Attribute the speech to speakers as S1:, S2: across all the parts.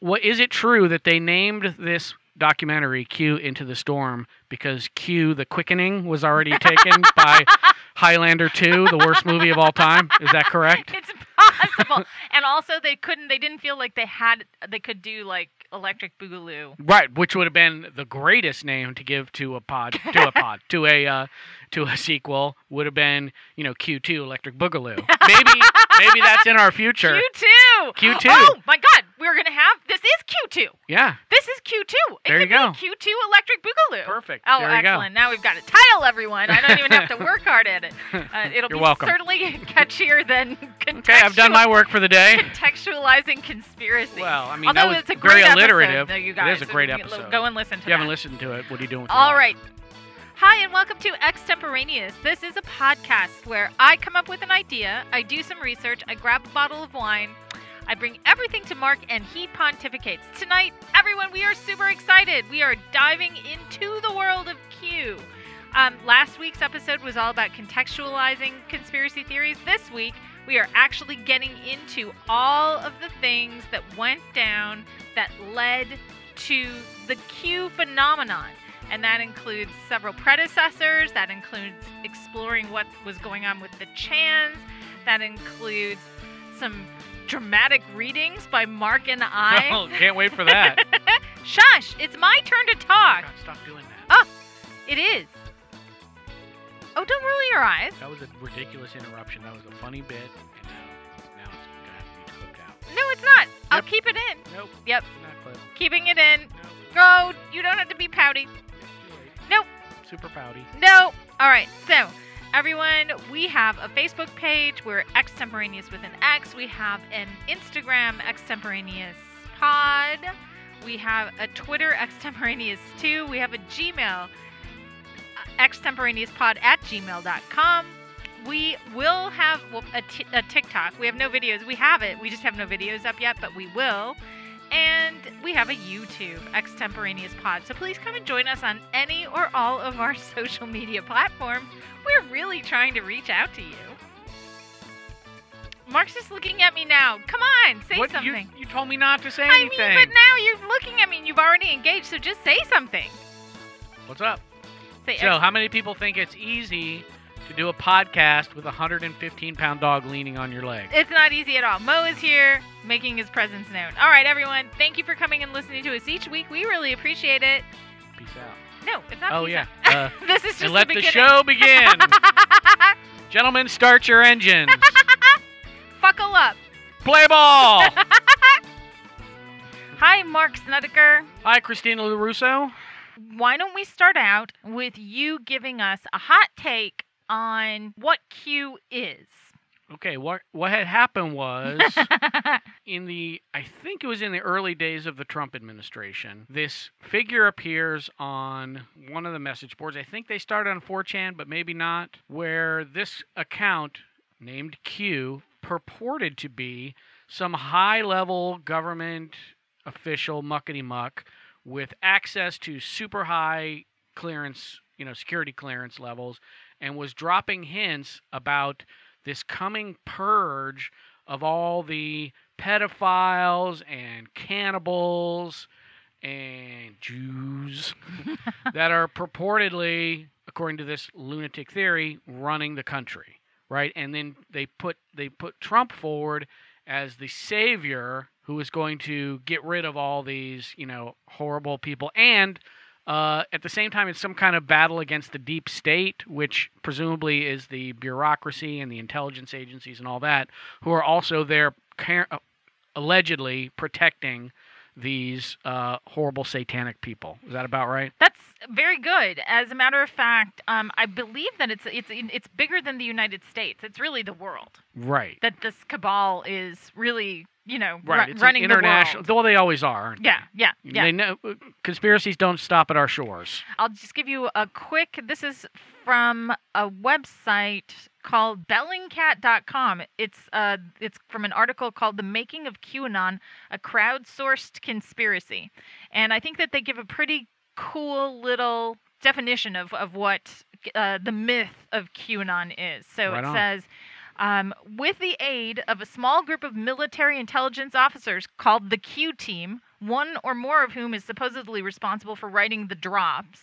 S1: What is it true that they named this documentary "Q Into the Storm" because Q, the quickening, was already taken by Highlander Two, the worst movie of all time? Is that correct?
S2: It's possible. and also, they couldn't. They didn't feel like they had. They could do like Electric Boogaloo.
S1: Right, which would have been the greatest name to give to a pod, to a pod, to a uh, to a sequel would have been you know Q Two Electric Boogaloo. Maybe maybe that's in our future.
S2: Q two.
S1: Q2.
S2: Oh my God, we're gonna have this is Q two.
S1: Yeah,
S2: This is Q two. It
S1: There you
S2: could
S1: go.
S2: be Q two Electric Boogaloo.
S1: Perfect.
S2: Oh,
S1: There you go.
S2: excellent. Now we've got a title, everyone. I don't even have to work hard at it. Uh, it'll
S1: You're
S2: be
S1: welcome.
S2: certainly catchier than contextual,
S1: okay, I've done my work for the day.
S2: contextualizing conspiracy.
S1: Well, I mean,
S2: Although
S1: that was
S2: it's a
S1: very
S2: great episode,
S1: alliterative.
S2: though, you
S1: It
S2: guys.
S1: is a great
S2: You can
S1: episode.
S2: Go and listen to
S1: If you haven't
S2: that.
S1: listened to it, what are you doing? with your
S2: All
S1: life?
S2: right. Hi, and welcome to Extemporaneous. This is a podcast where I come up with an idea, I do some research, I grab a bottle of wine, I bring everything to Mark, and he pontificates. Tonight, everyone, we are super excited. We are diving into the world of Q. Um, last week's episode was all about contextualizing conspiracy theories. This week, we are actually getting into all of the things that went down that led to the Q phenomenon. And that includes several predecessors, that includes exploring what was going on with the Chans, that includes some dramatic readings by Mark and I.
S1: Well, Oh, can't wait for that.
S2: Shush, it's my turn to talk.
S1: God, stop doing that.
S2: It is. Oh, don't roll your eyes.
S1: That was a ridiculous interruption. That was a funny bit, and now, now it's gonna have to be clipped out.
S2: No, it's not. I'll
S1: Yep.
S2: keep it in.
S1: Nope.
S2: Yep.
S1: Not clipped.
S2: Keeping it in.
S1: Nope.
S2: Go. You don't have to be pouty. Nope.
S1: Super pouty.
S2: No. All right. So, everyone, we have a Facebook page. We're extemporaneous with an X. We have an Instagram extemporaneous pod. We have a Twitter extemporaneous too. We have a Gmail uh, extemporaneouspod at gmail.com. We will have well, a, t- a TikTok. We have no videos. We have it. We just have no videos up yet, but we will. And we have a YouTube, Extemporaneous Pod. So please come and join us on any or all of our social media platforms. We're really trying to reach out to you. Mark's just looking at me now. Come on, say
S1: what,
S2: something.
S1: You, you told me not to say
S2: I mean,
S1: anything.
S2: but now you're looking at me and you've already engaged, so just say something.
S1: What's up?
S2: Say
S1: So, how many people think it's easy to do a podcast with a 115 pound dog leaning on your leg?
S2: It's not easy at all. Mo is here making his presence known. All right, everyone. Thank you for coming and listening to us each week. We really appreciate it.
S1: Peace out.
S2: No, it's not.
S1: oh
S2: peace
S1: yeah. Uh,
S2: out. This is just
S1: and let
S2: the
S1: the
S2: beginning.
S1: show begin. Gentlemen, start your engines.
S2: Buckle up.
S1: Play ball.
S2: Hi, Mark Snedeker.
S1: Hi, Christina Larusso.
S2: Why don't we start out with you giving us a hot take on what Q is?
S1: Okay, what what had happened was in the I think it was in the early days of the Trump administration, this figure appears on one of the message boards. I think they started on 4chan, but maybe not, where this account named Q purported to be some high-level government official muckety muck with access to super high clearance, you know, security clearance levels and was dropping hints about this coming purge of all the pedophiles and cannibals and Jews that are purportedly, according to this lunatic theory, running the country, right? And then they put they put Trump forward as the savior who is going to get rid of all these, you know, horrible people and uh, at the same time, it's some kind of battle against the deep state, which presumably is the bureaucracy and the intelligence agencies and all that, who are also there car- uh, allegedly protecting these uh, horrible satanic people. Is that about right?
S2: That's very good. As a matter of fact, um, I believe that it's it's it's bigger than the United States. It's really the world.
S1: Right.
S2: that this cabal is really, you know, ru-
S1: Right. It's
S2: running
S1: an international.
S2: the world.
S1: Well, they always are. aren't
S2: Yeah, yeah,
S1: they?
S2: yeah.
S1: They know, uh, conspiracies don't stop at our shores.
S2: I'll just give you a quick. This is from a website called bellingcat.com. It's uh, it's from an article called "The Making of QAnon: A Crowdsourced Conspiracy," and I think that they give a pretty cool little definition of of what uh, the myth of QAnon is. So
S1: Right
S2: it
S1: on.
S2: says. Um, with the aid of a small group of military intelligence officers called the Q Team, one or more of whom is supposedly responsible for writing the drops,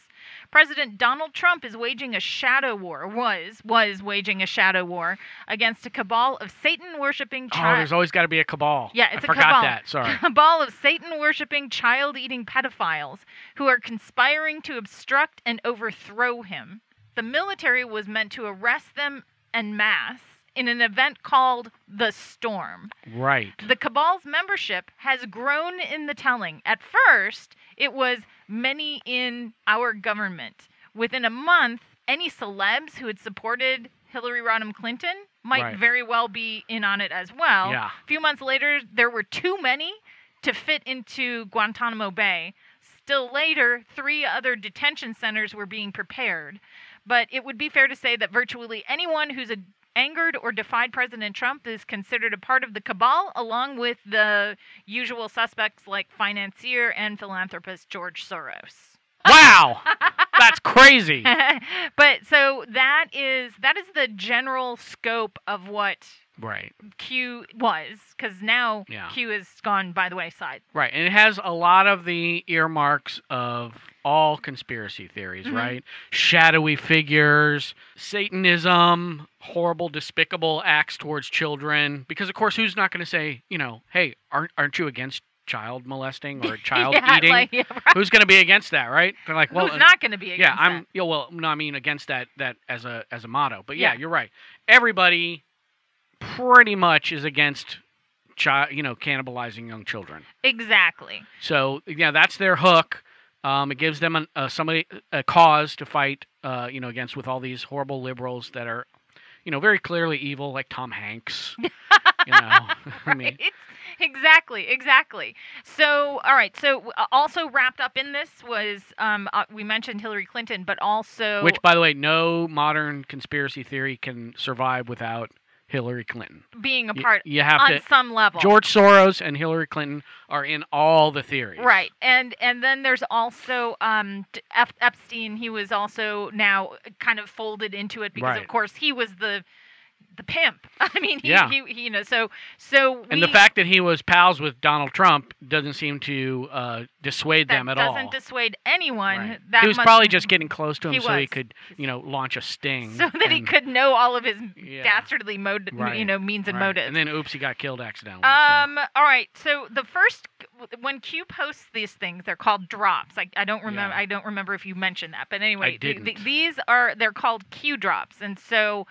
S2: President Donald Trump is waging a shadow war, was, was waging a shadow war against a cabal of Satan worshipping
S1: Oh,
S2: child.
S1: there's always got to be a cabal.
S2: Yeah, it's
S1: I
S2: a
S1: forgot
S2: cabal.
S1: that. Sorry.
S2: A ball of Satan worshipping, child eating pedophiles who are conspiring to obstruct and overthrow him. The military was meant to arrest them en masse in an event called The Storm.
S1: right.
S2: The cabal's membership has grown in the telling. At first, it was many in our government. Within a month, any celebs who had supported Hillary Rodham Clinton might
S1: Right.
S2: very well be in on it as well.
S1: Yeah.
S2: A few months later, there were too many to fit into Guantanamo Bay. Still later, three other detention centers were being prepared. But it would be fair to say that virtually anyone who's a angered or defied President Trump is considered a part of the cabal, along with the usual suspects like financier and philanthropist George Soros.
S1: Wow. That's crazy.
S2: but so that is that is the general scope of what
S1: Right.
S2: Q was, because now
S1: Yeah.
S2: Q is gone by the wayside.
S1: Right. And it has a lot of the earmarks of all conspiracy theories,
S2: Mhm.
S1: right? Shadowy figures, Satanism, horrible, despicable acts towards children. Because, of course, who's not going to say, you know, hey, aren't, aren't you against child molesting or child
S2: yeah,
S1: eating?
S2: Like, yeah, right.
S1: who's going to be against that, right? They're like, well, uh,
S2: Who's not going to be?
S1: yeah,
S2: against
S1: I'm. Yeah, well, no, I mean against that that as a as a motto. But yeah,
S2: Yeah.
S1: you're right. Everybody pretty much is against child, you know, cannibalizing young children.
S2: that? Exactly.
S1: So yeah, that's their hook. Um, it gives them an, uh, somebody a cause to fight, uh, you know, against with all these horrible liberals that are, you know, very clearly evil, like Tom Hanks. you know, I mean,
S2: It's exactly, exactly. So, all right. So, uh, also wrapped up in this was um, uh, we mentioned Hillary Clinton, but also
S1: which by the way, no modern conspiracy theory can survive without Hillary Clinton.
S2: being a
S1: You-
S2: part
S1: you, have
S2: on
S1: to.
S2: some level.
S1: George Soros and Hillary Clinton are in all the theories.
S2: Right, and and then there's also um, D- F- Epstein. He was also now kind of folded into it because, of
S1: Right.
S2: course, he was the the pimp. I mean, he,
S1: Yeah.
S2: he, he you know. So so we,
S1: And the fact that he was pals with Donald Trump doesn't seem to uh, dissuade
S2: that
S1: them at all.
S2: doesn't dissuade anyone.
S1: Right.
S2: That
S1: he was
S2: must-
S1: probably just getting close to him
S2: He
S1: so he
S2: was.
S1: could, you know, launch a sting.
S2: so that he
S1: and-
S2: could know all of his
S1: Yeah.
S2: dastardly mode, you
S1: Right,
S2: know, means and
S1: right.
S2: motives.
S1: And then, oops, he got killed accidentally. so-
S2: Um. All right. So the first, when Q posts these things, they're called drops. I, I don't remember.
S1: Yeah.
S2: I don't remember if you mentioned that. But anyway, the- the-
S1: didn't.
S2: these are they're called Q drops, and so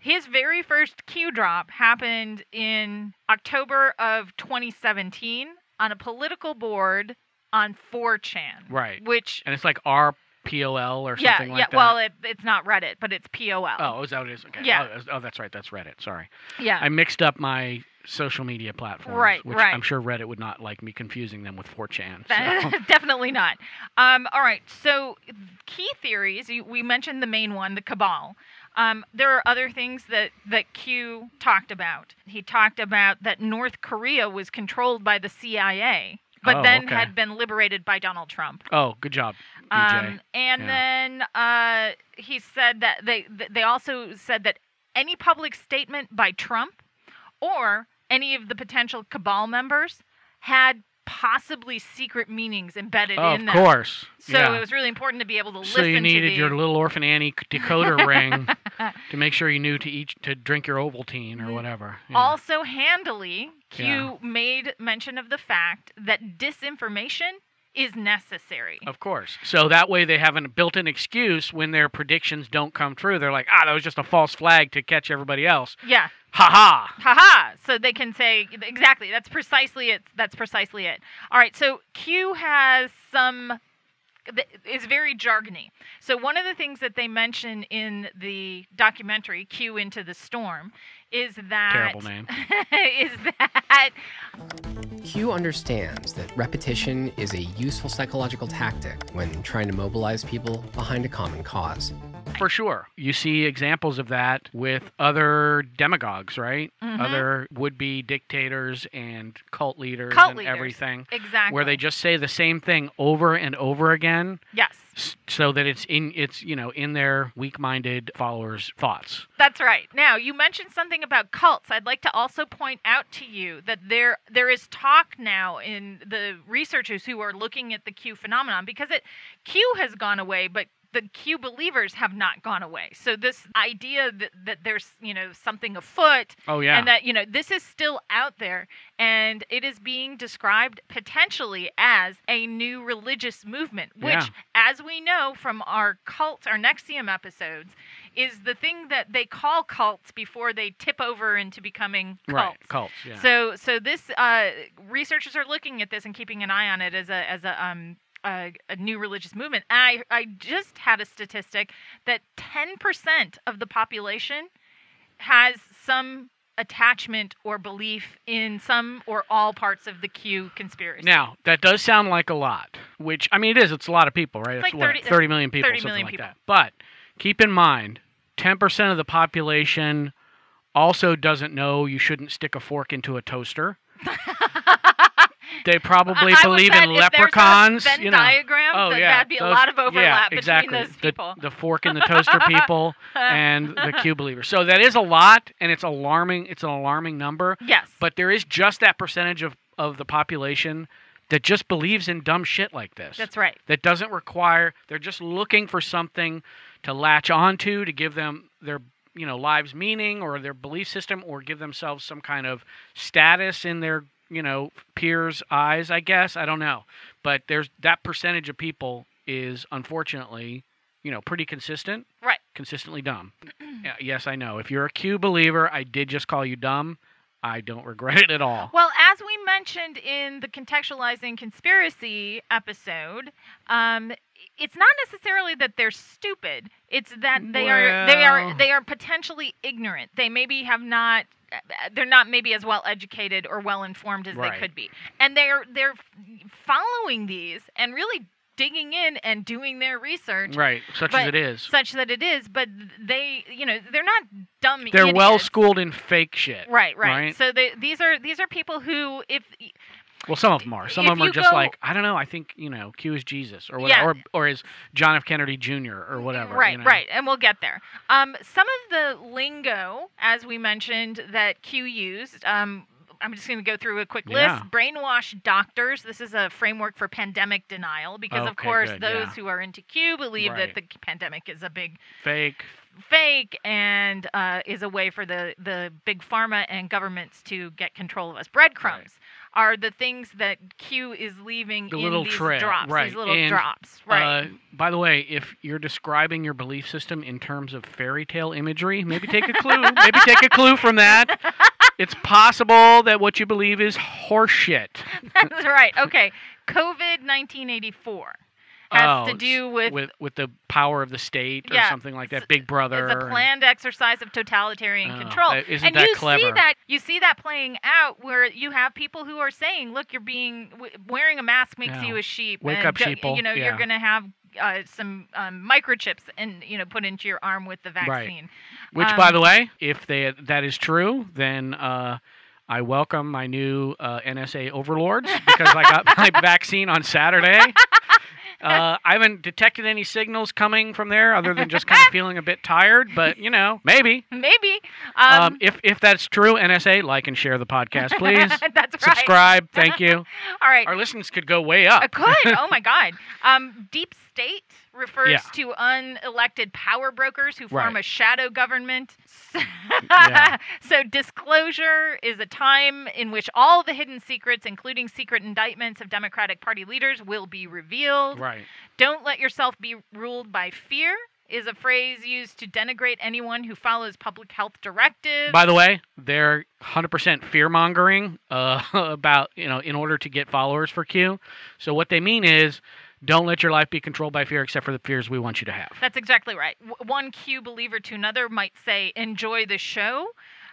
S2: his very first Q drop happened in October of 2017 on a political board on 4chan.
S1: Right.
S2: Which.
S1: and it's like RPOL or
S2: yeah,
S1: something
S2: yeah.
S1: like that.
S2: Well, it, it's not Reddit, but it's POL.
S1: oh, is that what it is? Okay.
S2: Yeah.
S1: Oh, is- Oh, that's right. That's Reddit. Sorry.
S2: yeah.
S1: I mixed up my social media platforms.
S2: Right,
S1: Which
S2: right.
S1: I'm sure Reddit would not like me confusing them with 4chan.
S2: That-
S1: so-
S2: Definitely not. Um, all right. So, key theories. You, we mentioned the main one, the cabal. Um, there are other things that that Q talked about. He talked about that North Korea was controlled by the CIA, but
S1: Oh,
S2: then
S1: okay.
S2: had been liberated by Donald Trump.
S1: oh, good job, DJ.
S2: Um, and
S1: Yeah.
S2: then uh, he said that they th- they also said that any public statement by Trump or any of the potential cabal members had possibly secret meanings embedded
S1: Oh,
S2: in
S1: of
S2: them.
S1: course.
S2: So
S1: yeah.
S2: it was really important to be able to
S1: so
S2: listen
S1: you
S2: to
S1: needed
S2: these.
S1: your little orphan Annie c- decoder ring to make sure you knew to eat to drink your Ovaltine or
S2: Mm.
S1: whatever. yeah.
S2: Also, handily, Q
S1: Yeah.
S2: made mention of the fact that disinformation is necessary.
S1: Of course. So that way they have a built-in excuse when their predictions don't come true. They're like, ah, that was just a false flag to catch everybody else.
S2: Yeah.
S1: Ha ha.
S2: Haha. So they can say exactly. That's precisely it. That's precisely it. All right. So Q has some th- is very jargony. So one of the things that they mention in the documentary Q into the storm is that
S1: Terrible name.
S2: is that
S3: Q understands that repetition is a useful psychological tactic when trying to mobilize people behind a common cause.
S1: For sure. You see examples of that with other demagogues, right?
S2: Mhm.
S1: Other would be dictators and cult leaders
S2: Cult
S1: and
S2: leaders.
S1: everything.
S2: Exactly.
S1: Where they just say the same thing over and over again,
S2: Yes,
S1: s- so that it's in it's you know in their weak-minded followers' thoughts.
S2: that's right. Now, you mentioned something about cults. I'd like to also point out to you that there there is talk now in the researchers who are looking at the Q phenomenon because it Q has gone away, but the Q believers have not gone away. So this idea that, that there's, you know, something afoot
S1: Oh yeah.
S2: and that you know this is still out there and it is being described potentially as a new religious movement which
S1: Yeah.
S2: as we know from our cult our nexium episodes is the thing that they call cults before they tip over into becoming cults
S1: right. Cults. Yeah.
S2: so so this uh, researchers are looking at this and keeping an eye on it as a as a um a, a new religious movement. I I just had a statistic that 10% of the population has some attachment or belief in some or all parts of the Q conspiracy.
S1: Now that does sound like a lot, which I mean it is. It's a lot of people, right?
S2: It's like
S1: what,
S2: 30
S1: thirty million people,
S2: 30
S1: something
S2: million
S1: like
S2: people.
S1: that. But keep in mind, ten percent of the population also doesn't know you shouldn't stick a fork into a toaster. They probably
S2: I- I would
S1: believe
S2: bet
S1: in
S2: if there's a
S1: leprecons.
S2: Venn
S1: you know.
S2: diagram,
S1: oh
S2: that-
S1: yeah,
S2: that'd be a
S1: those-
S2: lot of overlap
S1: yeah,
S2: between
S1: exactly.
S2: those
S1: The-
S2: people.
S1: The, fork and the toaster people and the Q believers. So that is a lot, and it's alarming. It's an alarming number.
S2: yes.
S1: But there is just that percentage of, of the population that just believes in dumb shit like this.
S2: that's right.
S1: That doesn't require, they're just looking for something to latch onto to give them their you know lives meaning or their belief system or give themselves some kind of status in their you know peers eyes i guess i don't know but there's that percentage of people is unfortunately you know pretty consistent
S2: Right.
S1: consistently dumb Yeah, yes i know if you're a q believer i did just call you dumb i don't regret it at all
S2: Well, as we mentioned in the contextualizing conspiracy episode, um, it's not necessarily that they're stupid. It's that they are they
S1: Well-
S2: are they are potentially ignorant. They maybe have not they're not maybe as well educated or well informed as they
S1: Right.
S2: could be. And they're they're following these and really digging in and doing their research
S1: right such as it
S2: but
S1: is
S2: such that it is, but they, you know, they're not dumb
S1: they're
S2: idiots.
S1: well schooled in fake shit
S2: Right, right.
S1: right?
S2: So they, these are these are people who if
S1: Well, some of them are. Some
S2: If
S1: of them are
S2: you
S1: just
S2: go-
S1: like I don't know. I think you know Q is Jesus or
S2: Yeah. Mm,
S1: whatever, or or is John F. Kennedy Jr. or whatever.
S2: Right,
S1: you know?
S2: right, and we'll get there. Um, some of the lingo, as we mentioned, that Q used. Um, I'm just going to go through a quick
S1: Yeah.
S2: list. Brainwash doctors. This is a framework for pandemic denial because, of
S1: Okay,
S2: course,
S1: good,
S2: those
S1: yeah.
S2: who are into Q believe that
S1: Right.
S2: the pandemic is a big
S1: Fake.
S2: fake and uh, is a way for the, the big pharma and governments to get control of us. Breadcrumbs are the things that Q is leaving
S1: The
S2: in
S1: little
S2: these
S1: trail,
S2: drops,
S1: right,
S2: these little
S1: and,
S2: drops. Right.
S1: Uh, by the way, if you're describing your belief system in terms of fairy tale imagery, maybe take a clue. maybe take a clue from that. It's possible that what you believe is horseshit.
S2: That's right. Okay. COVID 1984 has
S1: Oh,
S2: to do with,
S1: with with the power of the state or
S2: Yeah,
S1: something like that.
S2: s-
S1: Big Brother.
S2: it's a
S1: and-
S2: planned exercise of totalitarian
S1: Oh,
S2: control.
S1: that- isn't
S2: and
S1: that
S2: you see
S1: clever?
S2: that you see that playing out where you have people who are saying, "Look, you're being w- wearing a mask makes
S1: Yeah.
S2: you a sheep.
S1: Wake
S2: and
S1: up,
S2: don't-
S1: sheeple."
S2: You know, you're
S1: Yeah.
S2: going to have uh, some um, microchips and you know put into your arm with the vaccine."
S1: Which, by
S2: Um,
S1: the way, if they, that is true, then uh, I welcome my new uh, NSA overlords because I got my vaccine on Saturday. Uh, I haven't detected any signals coming from there other than just kind of feeling a bit tired, but you know, maybe.
S2: Maybe.
S1: Um,
S2: Um,
S1: if, if that's true, NSA, like and share the podcast, please.
S2: that's right.
S1: Subscribe. Thank you.
S2: All right.
S1: Our listings could go way up.
S2: Uh, could. Oh my God. Um, deep state refers
S1: Yeah.
S2: to unelected power brokers who form
S1: Right.
S2: a shadow government. So,
S1: Yeah.
S2: so disclosure is a time in which all the hidden secrets, including secret indictments of Democratic Party leaders, will be revealed.
S1: Right.
S2: Don't let yourself be ruled by fear is a phrase used to denigrate anyone who follows public health directives.
S1: By the way, they're 100% fear mongering uh, about, you know, in order to get followers for Q. So what they mean is don't let your life be controlled by fear except for the fears we want you to have.
S2: That's exactly right. W- one Q believer to another might say, enjoy the show.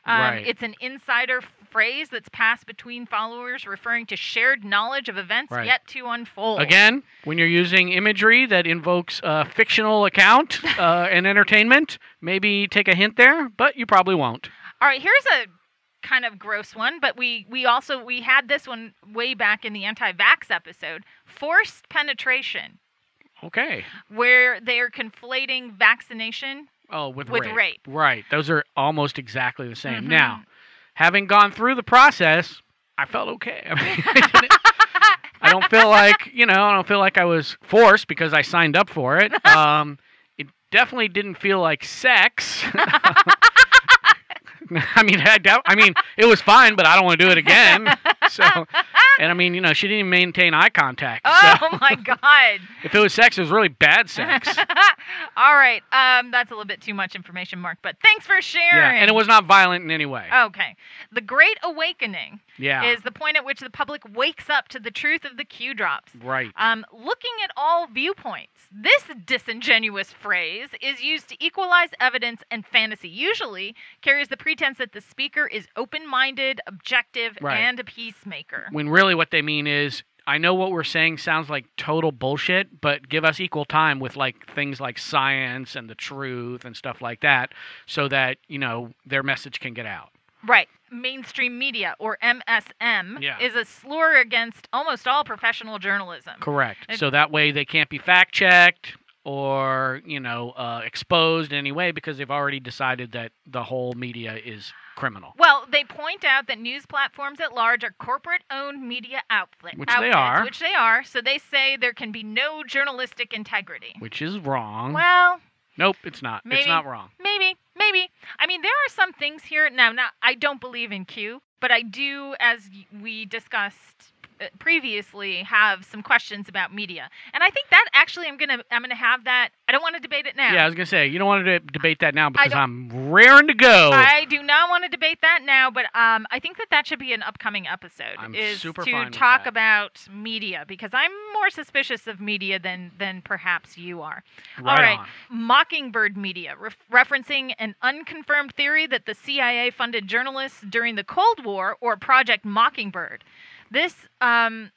S2: Um,
S1: Right.
S2: It's an insider phrase that's passed between followers referring to shared knowledge of events
S1: Right.
S2: yet to unfold.
S1: Again, when you're using imagery that invokes a fictional account uh, and entertainment, maybe take a hint there, but you probably won't.
S2: All right, here's a kind of gross one, but we we also we had this one way back in the anti-vax episode, forced penetration,
S1: Okay.
S2: where they're conflating vaccination.
S1: Oh, with,
S2: With
S1: rape.
S2: rape.
S1: Right. Those are almost exactly the same.
S2: Mhm.
S1: Now, having gone through the process, I felt okay. I, mean, I didn't- I don't feel like, you know, I don't feel like I was forced because I signed up for it. Um, it definitely didn't feel like sex. I mean, I doubt, I mean, it was fine, but I don't want to do it again. So, and I mean, you know, she didn't even maintain eye contact. So,
S2: Oh my god.
S1: if it was sex, it was really bad sex.
S2: All right. Um, that's a little bit too much information, Mark, but thanks for sharing.
S1: Yeah, and it was not violent in any way.
S2: Okay. The Great Awakening
S1: yeah.
S2: Oh, is the point at which the public wakes up to the truth of the Q drops.
S1: Right.
S2: Um, looking at all viewpoints. This disingenuous phrase is used to equalize evidence and fantasy. Usually carries the pretense that the speaker is open minded, objective,
S1: Right.
S2: and a peacemaker.
S1: When really what they mean is, I know what we're saying sounds like total bullshit, but give us equal time with like things like science and the truth and stuff like that so that, you know, their message can get out.
S2: Right. Mainstream media, or MSM,
S1: Yeah.
S2: is a slur against almost all professional journalism.
S1: Correct.
S2: It-
S1: so that way they can't be fact checked or, you know, uh, exposed in any way because they've already decided that the whole media is criminal.
S2: Well, they point out that news platforms at large are corporate-owned media outlet,
S1: Which they
S2: outlets,
S1: are.
S2: which they are. So they say there can be no journalistic integrity.
S1: Which is wrong.
S2: Well,
S1: nope, it's not.
S2: maybe.
S1: It's not wrong.
S2: maybe, maybe. I mean, there are some things here now. Now, I don't believe in Q, but I do, as y- we discussed uh, previously, have some questions about media, and I think that actually I'm gonna I'm gonna have that. I don't want to debate it now.
S1: Yeah, I was going to say, you don't want to de- debate that now because
S2: don't-
S1: I'm raring to go.
S2: I do not want to debate that now, but um, I think that that should be an upcoming episode.
S1: I'm
S2: is
S1: super
S2: to
S1: fine with
S2: talk
S1: that.
S2: about media because I'm more suspicious of media than than perhaps you are.
S1: right
S2: All right,
S1: on.
S2: Mockingbird media, ref referencing an unconfirmed theory that the CIA funded journalists during the Cold War or Project Mockingbird. This um,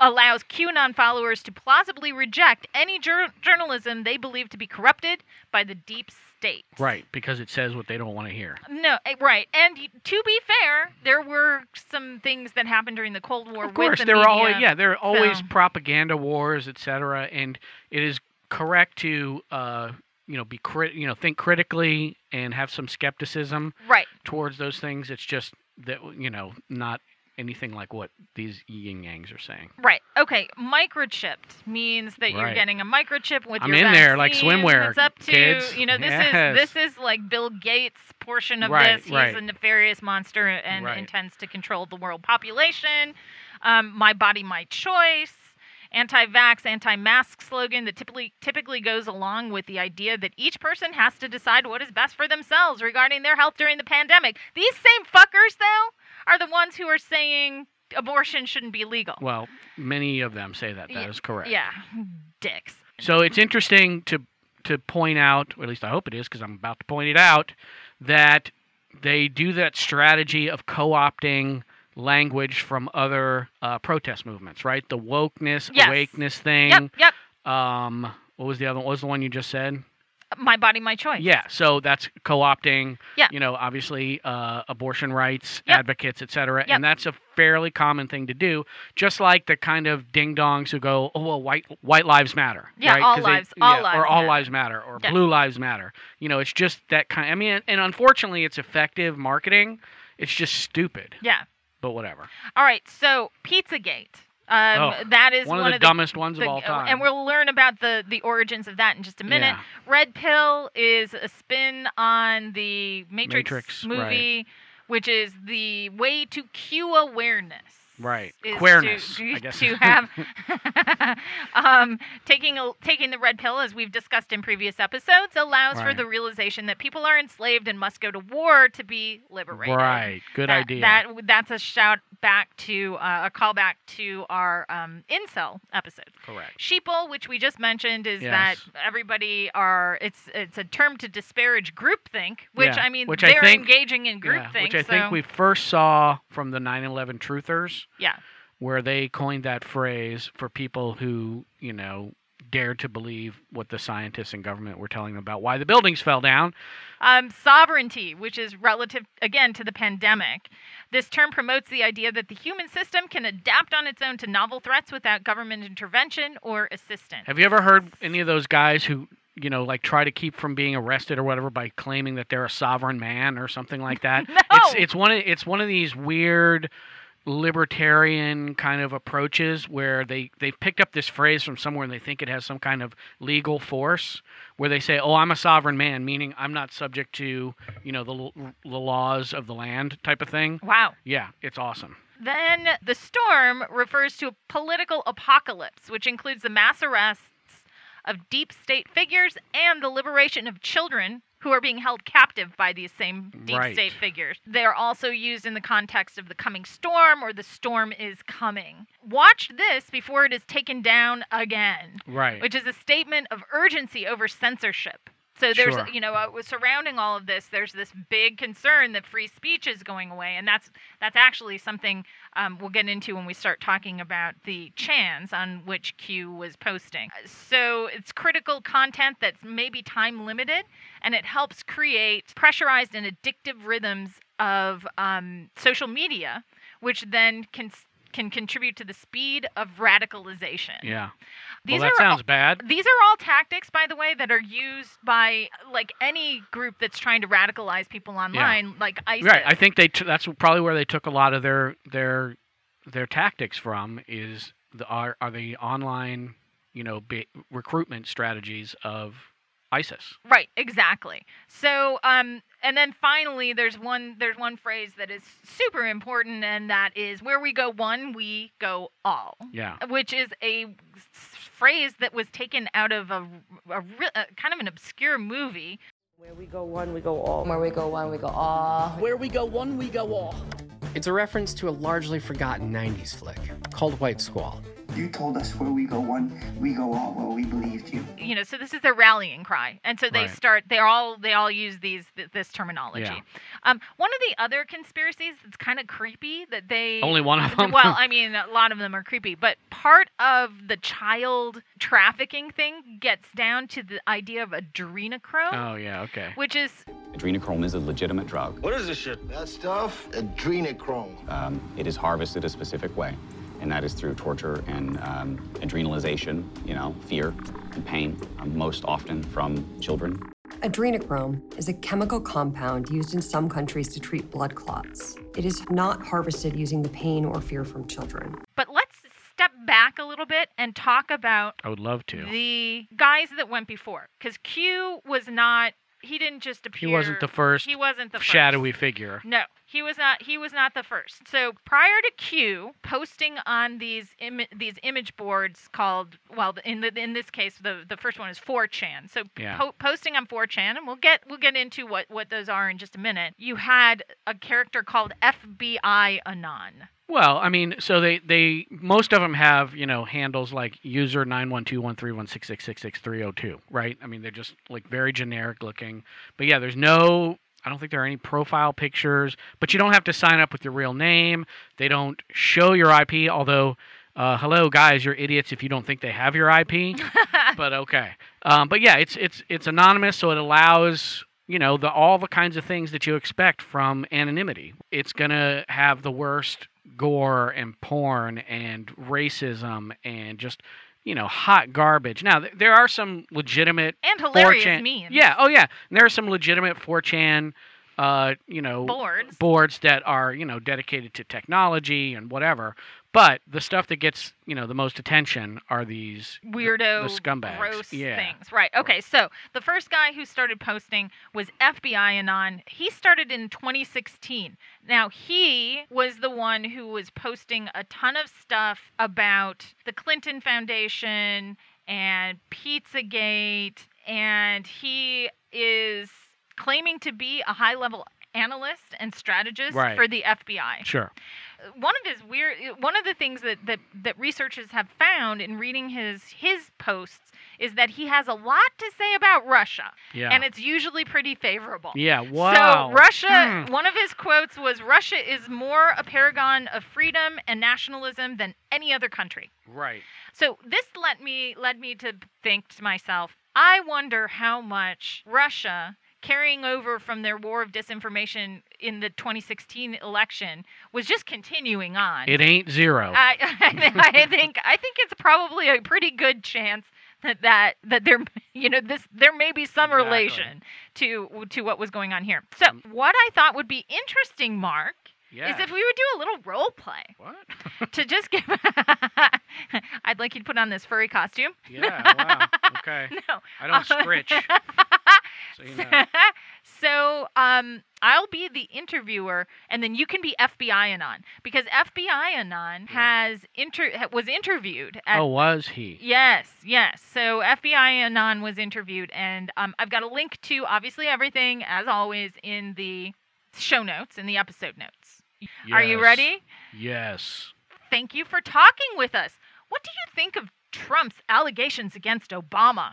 S2: allows QAnon followers to plausibly reject any jour- journalism they believe to be corrupted by the deep state.
S1: Right, because it says what they don't want to hear.
S2: No, eh, right. And y- to be fair, there were some things that happened during the Cold War.
S1: Of course,
S2: with the
S1: there are always
S2: media.
S1: yeah, there are always
S2: so-
S1: propaganda wars, etc. And it is correct to uh, you know be crit- you know think critically and have some skepticism
S2: Right.
S1: towards those things. It's just that you know not anything like what these yin yangs are saying.
S2: Right. Okay. Microchipped means that you're
S1: Right.
S2: getting a microchip with
S1: I'm
S2: your
S1: in there, like
S2: vaccine.
S1: swimwear,
S2: It's up to
S1: kids.
S2: you know this
S1: Yes.
S2: is this is like Bill Gates' portion of
S1: Right,
S2: this. He's
S1: right.
S2: a nefarious monster and
S1: Right.
S2: intends to control the world population. Um, my body, my choice. Anti-vax, anti-mask slogan that typically typically goes along with the idea that each person has to decide what is best for themselves regarding their health during the pandemic. These same fuckers, though, are the ones who are saying abortion shouldn't be legal.
S1: Well, many of them say that. That is
S2: Ye-
S1: correct.
S2: Yeah, dicks.
S1: So it's interesting to to point out, or at least I hope it is, because I'm about to point it out, that they do that strategy of co-opting language from other uh, protest movements, right? The wokeness,
S2: Yes.
S1: awakeness thing.
S2: Yep, yep.
S1: Um, what was the other? What was the one you just said?
S2: My body, my choice.
S1: Yeah. So that's co-opting.
S2: Yeah.
S1: You know, obviously, uh, abortion rights
S2: Yep.
S1: advocates, et cetera,
S2: Yep.
S1: and that's a fairly common thing to do. Just like the kind of ding dongs who go, "Oh well, white white lives matter."
S2: Yeah,
S1: right?
S2: all
S1: 'Cause they-
S2: lives- all
S1: yeah,
S2: lives
S1: or all
S2: matter.
S1: lives matter, or
S2: Yeah.
S1: blue lives matter. You know, it's just that kind. I mean, and unfortunately, it's effective marketing. It's just stupid,
S2: Yeah.
S1: but whatever.
S2: All right. So Pizzagate. Um,
S1: Oh,
S2: that is
S1: one,
S2: one,
S1: of the dumbest ones
S2: the- uh,
S1: of all time.
S2: and we'll learn about the the origins of that in just a minute.
S1: Yeah.
S2: Red Pill is a spin on the Matrix,
S1: Matrix,
S2: movie, which is the way to cue awareness.
S1: Right.
S2: is
S1: Queerness,
S2: To,
S1: I guess.
S2: to have um, taking a, taking the red pill, as we've discussed in previous episodes, allows for
S1: Right.
S2: the realization that people are enslaved and must go to war to be liberated.
S1: Right. Good
S2: That-
S1: idea.
S2: That that's a shout back to uh, a callback to our um, incel episode.
S1: Correct.
S2: Sheeple, which we just mentioned, is
S1: Yes.
S2: that everybody are it's it's a term to disparage groupthink, which
S1: Yeah,
S2: I mean
S1: which I
S2: they're
S1: think-
S2: engaging in groupthink.
S1: yeah, which I
S2: so,
S1: think we first saw from the 9/11 truthers,
S2: yeah,
S1: where they coined that phrase for people who you know dared to believe what the scientists and government were telling them about why the buildings fell down.
S2: Um, sovereignty, which is relative again to the pandemic. This term promotes the idea that the human system can adapt on its own to novel threats without government intervention or assistance.
S1: Have you ever heard any of those guys who you know like try to keep from being arrested or whatever by claiming that they're a sovereign man or something like that?
S2: no,
S1: It's it's one of it's one of these weird libertarian kind of approaches where they they've picked up this phrase from somewhere and they think it has some kind of legal force where they say oh i'm a sovereign man meaning i'm not subject to you know the, l- the laws of the land type of thing
S2: wow.
S1: yeah it's awesome
S2: Then the storm refers to a political apocalypse, which includes the mass arrests of deep state figures and the liberation of children who are being held captive by these same deep
S1: Right.
S2: state figures. They are also used in the context of the coming storm or the storm is coming. Watch this before it is taken down again
S1: right
S2: which is a statement of urgency over censorship. So there's,
S1: Sure.
S2: you know, uh, surrounding all of this, there's this big concern that free speech is going away, and that's that's actually something um, we'll get into when we start talking about the chans on which Q was posting. Uh, So it's critical content that's maybe time limited, and it helps create pressurized and addictive rhythms of um, social media, which then can can contribute to the speed of radicalization.
S1: yeah well
S2: These
S1: that
S2: are
S1: sounds bad
S2: these are all tactics, by the way, that are used by like any group that's trying to radicalize people online, like ISIS.
S1: Right. I think they t- that's probably where they took a lot of their their their tactics from is the are, are the online you know be, recruitment strategies of ISIS.
S2: Right, exactly. So, um, and then finally, there's one there's one phrase that is super important, and that is where we go one, we go all,
S1: Yeah.
S2: which is a s- phrase that was taken out of a, a, re- a kind of an obscure movie
S4: Where we go one, we go all.
S5: Where we go one, we go all.
S6: Where we go one, we go all.
S3: It's a reference to a largely forgotten 90s flick called White Squall.
S7: You told us where we go one, we go all, well, we believed you.
S2: you know so this is their rallying cry and so they
S1: Right.
S2: start they all they all use these th- this terminology
S1: Yeah.
S2: um, one of the other conspiracies that's kind of creepy that they
S1: Only one of them.
S2: well i mean a lot of them are creepy but part of the child trafficking thing gets down to the idea of adrenochrome
S1: oh yeah. Okay.
S2: which is
S8: Adrenochrome is a legitimate drug.
S9: What is this shit?
S10: That stuff, adrenochrome.
S8: Um, it is harvested a specific way, and that is through torture and um, adrenalization, you know, fear and pain, um, most often from children.
S11: Adrenochrome is a chemical compound used in some countries to treat blood clots. It is not harvested using the pain or fear from children.
S2: but let's step back a little bit and talk about
S1: I would love to.
S2: the guys that went before because q was not he didn't just appear
S1: he wasn't the first
S2: he wasn't the first.
S1: shadowy figure.
S2: No, he was not. He was not the first. So prior to Q posting on these Im- these image boards called well, in the, in this case, the the first one is 4chan. So
S1: Yeah.
S2: po- posting on 4chan, and we'll get we'll get into what what those are in just a minute. You had a character called FBI Anon.
S1: Well, I mean, so they they most of them have you know handles like user nine one two one three one six six six six three zero two, right? I mean, they're just like very generic looking. But yeah, there's no. I don't think there are any profile pictures, but you don't have to sign up with your real name. They don't show your IP, although, uh, hello guys, you're idiots if you don't think they have your IP. but okay, um, but yeah, it's it's it's anonymous, so it allows you know the all the kinds of things that you expect from anonymity. It's gonna have the worst gore and porn and racism and just you know hot garbage. Now th- there are some legitimate
S2: And hilarious
S1: 4chan
S2: memes.
S1: Yeah, oh yeah, and there are some legitimate 4chan. Uh, you know,
S2: Boards.
S1: boards that are you know dedicated to technology and whatever. But the stuff that gets you know the most attention are these
S2: Weirdo,
S1: the scumbags.
S2: gross
S1: Yeah.
S2: things. Right. Okay. So the first guy who started posting was FBI Anon. He started in 2016. Now, he was the one who was posting a ton of stuff about the Clinton Foundation and Pizzagate, and he is claiming to be a high level analyst and strategist
S1: Right.
S2: for the FBI.
S1: Sure.
S2: one of his weird one of the things that, that that researchers have found in reading his his posts is that he has a lot to say about Russia,
S1: Yeah.
S2: and it's usually pretty favorable.
S1: Yeah, wow.
S2: So Russia,
S1: Hmm.
S2: one of his quotes was, "Russia is more a paragon of freedom and nationalism than any other country."
S1: Right.
S2: So this led me led me to think to myself, I wonder how much Russia carrying over from their war of disinformation in the 2016 election was just continuing on.
S1: It ain't zero.
S2: I, I think I think it's probably a pretty good chance that that that there you know this there may be some
S1: Exactly. Mm.
S2: relation to to what was going on here. So what I thought would be interesting, Mark,
S1: yeah.
S2: is if we would do a little role play
S1: What?
S2: to just give I'd like you to put on this furry costume.
S1: yeah, wow. Okay.
S2: No. uh,
S1: I don't scritch. So, you know.
S2: so um I'll be the interviewer and then you can be FBI Anon because FBI Anon has inter ha- was interviewed at
S1: Oh, was he?
S2: Yes, yes. So FBI Anon was interviewed, and um, I've got a link to obviously everything, as always, in the show notes, in the episode notes. Are you
S1: Yes.
S2: ready?
S1: Yes.
S2: Thank you for talking with us. What do you think of Trump's allegations against Obama?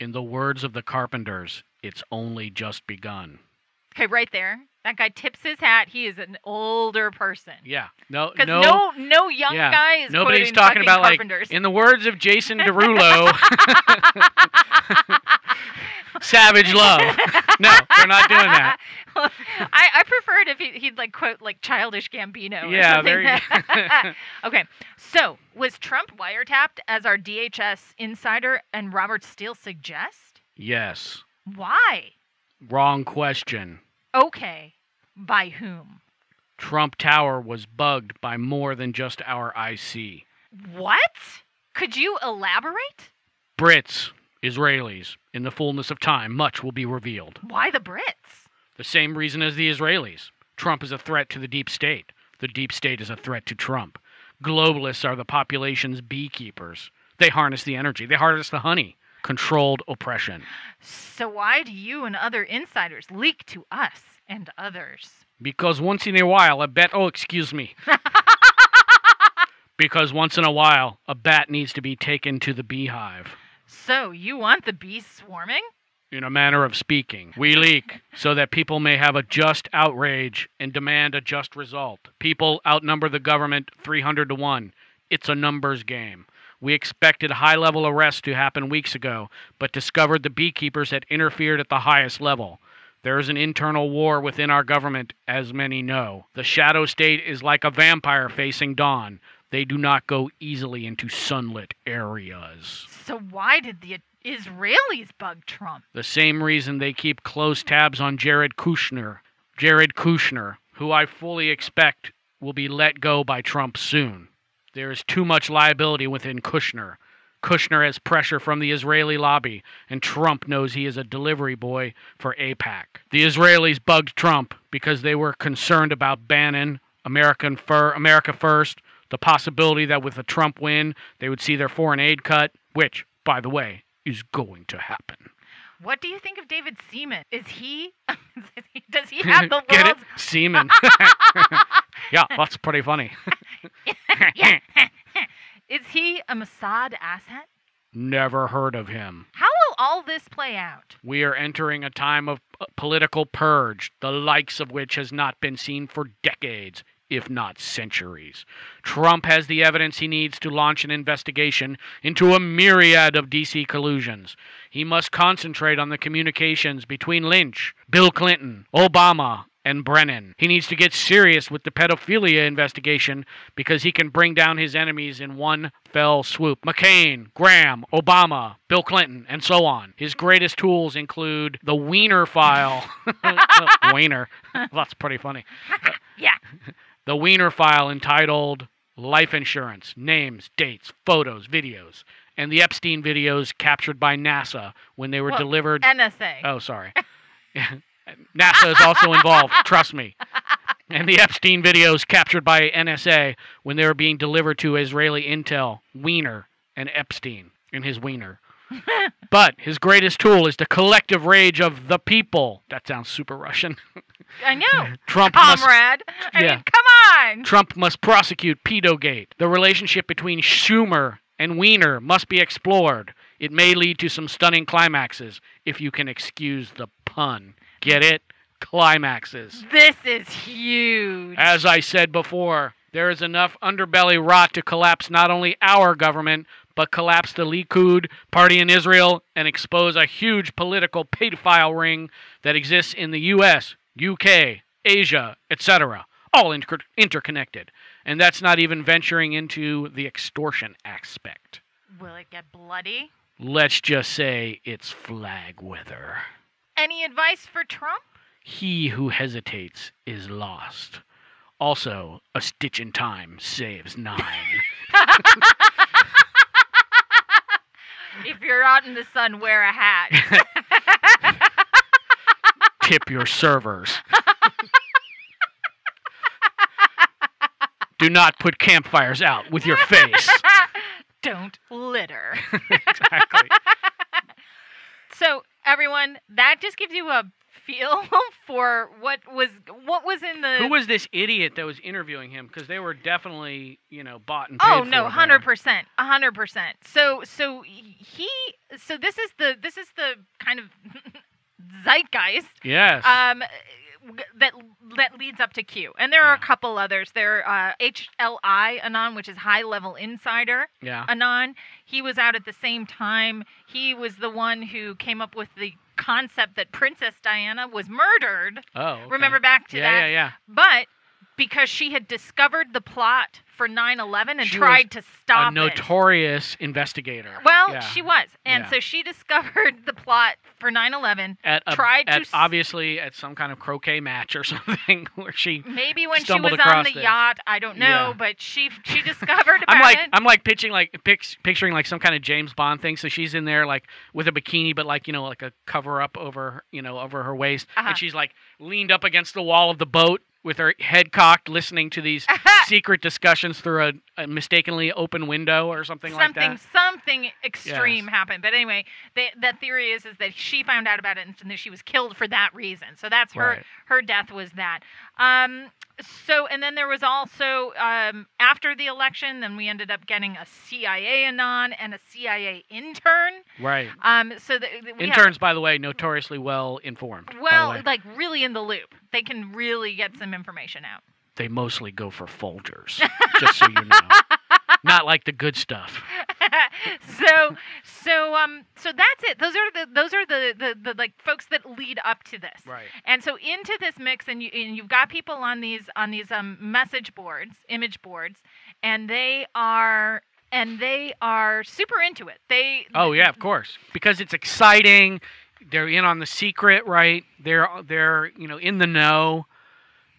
S1: In the words of the Carpenters, it's only just begun.
S2: Okay, right there. That guy tips his hat. He is an older person.
S1: Yeah. No.
S2: Because
S1: no.
S2: no, no young
S1: yeah.
S2: guy is
S1: Nobody's
S2: quoting
S1: talking
S2: fucking
S1: about
S2: carpenters.
S1: like. In the words of Jason Derulo, savage love. No, they're not doing that.
S2: I, I prefer it if he, he'd like quote like childish Gambino. or
S1: Yeah,
S2: something.
S1: there you
S2: okay, so was Trump wiretapped as our DHS insider and Robert Steele suggest?
S1: Yes.
S2: Why?
S1: Wrong question.
S2: Okay, by whom?
S1: Trump Tower was bugged by more than just our IC.
S2: What? Could you elaborate?
S1: Brits, Israelis, in the fullness of time, much will be revealed.
S2: Why the Brits?
S1: The same reason as the Israelis. Trump is a threat to the deep state. The deep state is a threat to Trump. Globalists are the population's beekeepers. They harness the energy, they harness the honey. Controlled oppression.
S2: So why do you and other insiders leak to us and others?
S1: Because once in a while, a bat. Oh, excuse me. because once in a while, a bat needs to be taken to the beehive.
S2: So you want the bees swarming?
S1: in a manner of speaking. We leak so that people may have a just outrage and demand a just result. People outnumber the government 300 to 1. It's a numbers game. We expected high level arrests to happen weeks ago, but discovered the beekeepers had interfered at the highest level. There is an internal war within our government, as many know. The shadow state is like a vampire facing dawn. They do not go easily into sunlit areas.
S2: So why did the Israelis bug Trump?
S1: The same reason they keep close tabs on Jared Kushner. Jared Kushner, who I fully expect will be let go by Trump soon. There is too much liability within Kushner. Kushner has pressure from the Israeli lobby, and Trump knows he is a delivery boy for APAC. The Israelis bugged Trump because they were concerned about Bannon, American Fir- America First, the possibility that with a Trump win, they would see their foreign aid cut, which, by the way, is going to happen.
S2: What do you think of David Seaman? Is he does he have the
S1: Get it?
S2: world's
S1: Semen. yeah, that's pretty funny.
S2: Is he a Mossad asset?
S1: Never heard of him.
S2: How will all this play out?
S1: We are entering a time of p- political purge, the likes of which has not been seen for decades, if not centuries. Trump has the evidence he needs to launch an investigation into a myriad of DC collusions. He must concentrate on the communications between Lynch, Bill Clinton, Obama, and Brennan. He needs to get serious with the pedophilia investigation because he can bring down his enemies in one fell swoop. McCain, Graham, Obama, Bill Clinton, and so on. His greatest tools include the Wiener file. Wiener. That's pretty funny.
S2: Yeah.
S1: The Wiener file entitled Life Insurance Names, Dates, Photos, Videos, and the Epstein videos captured by NASA when they were
S2: Well,
S1: delivered.
S2: NSA.
S1: Oh, sorry. NASA is also involved, trust me. And the Epstein videos captured by NSA when they were being delivered to Israeli intel, Wiener, and Epstein in his Wiener. but his greatest tool is the collective rage of the people. That sounds super Russian.
S2: I know.
S1: Trump must
S2: Comrade. I
S1: Yeah.
S2: mean, come on.
S1: Trump must prosecute Pedogate. The relationship between Schumer and Wiener must be explored. It may lead to some stunning climaxes, if you can excuse the pun. Get it? Climaxes.
S2: This is huge.
S1: As I said before, there is enough underbelly rot to collapse not only our government, but collapse the Likud party in Israel and expose a huge political pedophile ring that exists in the US, UK, Asia, etc. All inter- interconnected. And that's not even venturing into the extortion aspect.
S2: Will it get bloody?
S1: Let's just say it's flag weather.
S2: Any advice for Trump?
S1: He who hesitates is lost. Also, a stitch in time saves nine.
S2: If you're out in the sun, wear a hat.
S1: tip your servers. Do not put campfires out with your face.
S2: Don't litter.
S1: exactly.
S2: So everyone, that just gives you a feel for what was what was in the
S1: Who was this idiot that was interviewing him? Because they were definitely, you know, bought and paid
S2: Oh no,
S1: for
S2: hundred
S1: there.
S2: percent, hundred percent. So so he so this is the this is the kind of zeitgeist
S1: Yes.
S2: um that that leads up to Q. And there are
S1: Yeah.
S2: a couple others. There uh, HLI Anon, which is high level insider.
S1: yeah.
S2: Anon. He was out at the same time. He was the one who came up with the concept that Princess Diana was murdered.
S1: Oh. okay.
S2: Remember back to
S1: yeah,
S2: that?
S1: Yeah,
S2: But because she had discovered the plot for 9 11 and
S1: She
S2: tried to
S1: yeah.
S2: stop
S1: A
S2: it.
S1: notorious investigator.
S2: Well,
S1: Yeah.
S2: she was. And
S1: Yeah.
S2: so she discovered the plot for 9 11.
S1: at a,
S2: tried to
S1: at
S2: s-
S1: obviously at some kind of croquet match or something where she
S2: Maybe when she
S1: stumbled
S2: was on
S1: across
S2: the
S1: this.
S2: yacht, I don't know,
S1: Yeah.
S2: but she she discovered about
S1: I'm like
S2: it.
S1: I'm like pitching like pic- picturing like some kind of James Bond thing. So she's in there like with a bikini, but like you know like a cover up over you know over her waist,
S2: Uh-huh.
S1: and she's like leaned up against the wall of the boat with her head cocked, listening to these
S2: Uh-huh.
S1: secret discussions through a, a mistakenly open window or something, like
S2: something
S1: that.
S2: something extreme
S1: Yes.
S2: happened. But anyway, they, the theory is is that she found out about it and that she was killed for that reason. So that's her
S1: Right.
S2: her death was that. Um, so and then there was also um, after the election, then we ended up getting a CIA anon and a CIA intern.
S1: Right.
S2: Um, so that we have-
S1: Interns, by the way, notoriously well informed. by the
S2: well,
S1: way.
S2: like really in the loop, they can really get some information out.
S1: they mostly go for Folgers, just so you know. Not like the good stuff.
S2: so so um so that's it those are the those are the, the the like folks that lead up to this
S1: Right.
S2: and so into this mix and you and you've got people on these on these um message boards image boards and they are and they are super into it they
S1: Oh yeah, of course, because it's exciting. They're in on the secret, right? They're they're you know in the know.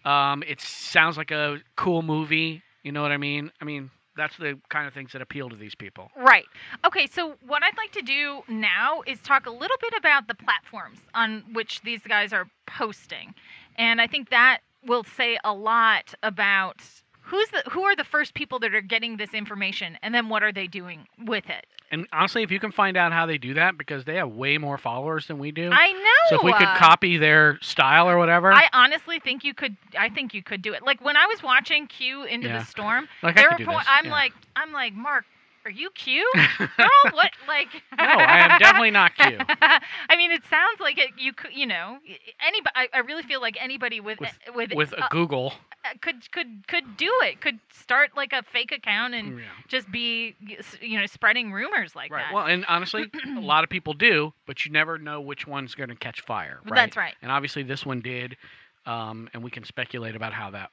S1: Um, it sounds like a cool movie. You know what I mean? I mean that's the kind of things that appeal to these people.
S2: Right. Okay, so what I'd like to do now is talk a little bit about the platforms on which these guys are posting. And I think that will say a lot about who's the who are the first people that are getting this information and then what are they doing with it.
S1: And honestly, if you can find out how they do that, because they have way more followers than we do.
S2: I know.
S1: So if we could
S2: uh,
S1: copy their style or whatever,
S2: I honestly think you could I think you could do it. Like when I was watching Q into
S1: Yeah.
S2: the storm,
S1: Like, I
S2: there
S1: could
S2: were
S1: do this,
S2: I'm
S1: yeah.
S2: like I'm like Mark, are you Q? Girl, what like
S1: no, I am definitely not Q.
S2: I mean, it sounds like it. You could, you know, anybody. I, I really feel like anybody with
S1: With-
S2: with,
S1: With a
S2: uh,
S1: Google,
S2: could could could do it. Could start like a fake account and
S1: Yeah.
S2: just be, you know, spreading rumors like
S1: Right.
S2: that.
S1: Well, and honestly, a lot of people do, but you never know which one's going to catch fire. Right?
S2: That's right.
S1: And obviously, this one did, um, and we can speculate about how that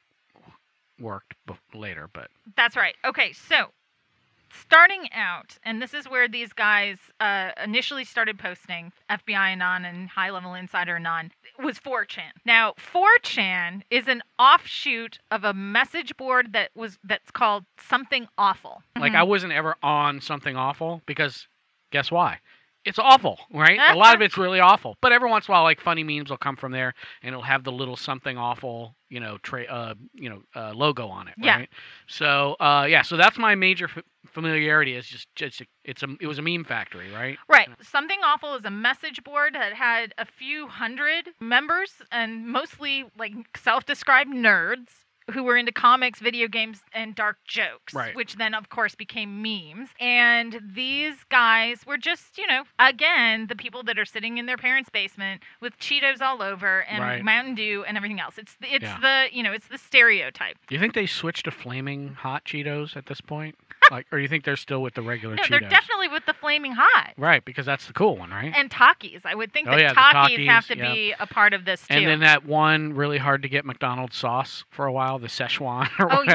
S1: worked b- later. But
S2: That's right. Okay, so starting out, and this is where these guys uh, initially started posting FBI Anon and High Level Insider Anon, was 4chan. Now, 4chan is an offshoot of a message board that was that's called Something Awful.
S1: like, I wasn't ever on something awful because guess why? it's awful, right? a lot of it's really awful. But every once in a while, like funny memes will come from there, and it'll have the little something awful, you know, tra- uh, you know, uh, logo on it,
S2: Yeah.
S1: right? So, uh, yeah, so that's my major f- familiarity. Is just, just it's a, it was a meme factory, right?
S2: Right. Something Awful is a message board that had a few hundred members and mostly like self described nerds who were into comics, video games, and dark jokes,
S1: Right.
S2: which then, of course, became memes. And these guys were just, you know, again, the people that are sitting in their parents' basement with Cheetos all over and
S1: Right.
S2: Mountain Dew and everything else. It's, the- it's
S1: Yeah.
S2: the, you know, it's the stereotype.
S1: Do you think they switched to flaming hot Cheetos at this point? like, or you think they're still with the regular
S2: No,
S1: Cheetos?
S2: they're definitely with the flaming hot.
S1: right, because that's the cool one, right?
S2: And Takis. I would think
S1: Oh,
S2: that
S1: yeah, the
S2: Takis, have
S1: Takis,
S2: to
S1: yeah.
S2: be a part of this too.
S1: And then that one really hard to get McDonald's sauce for a while, the Szechuan or
S2: Oh
S1: whatever.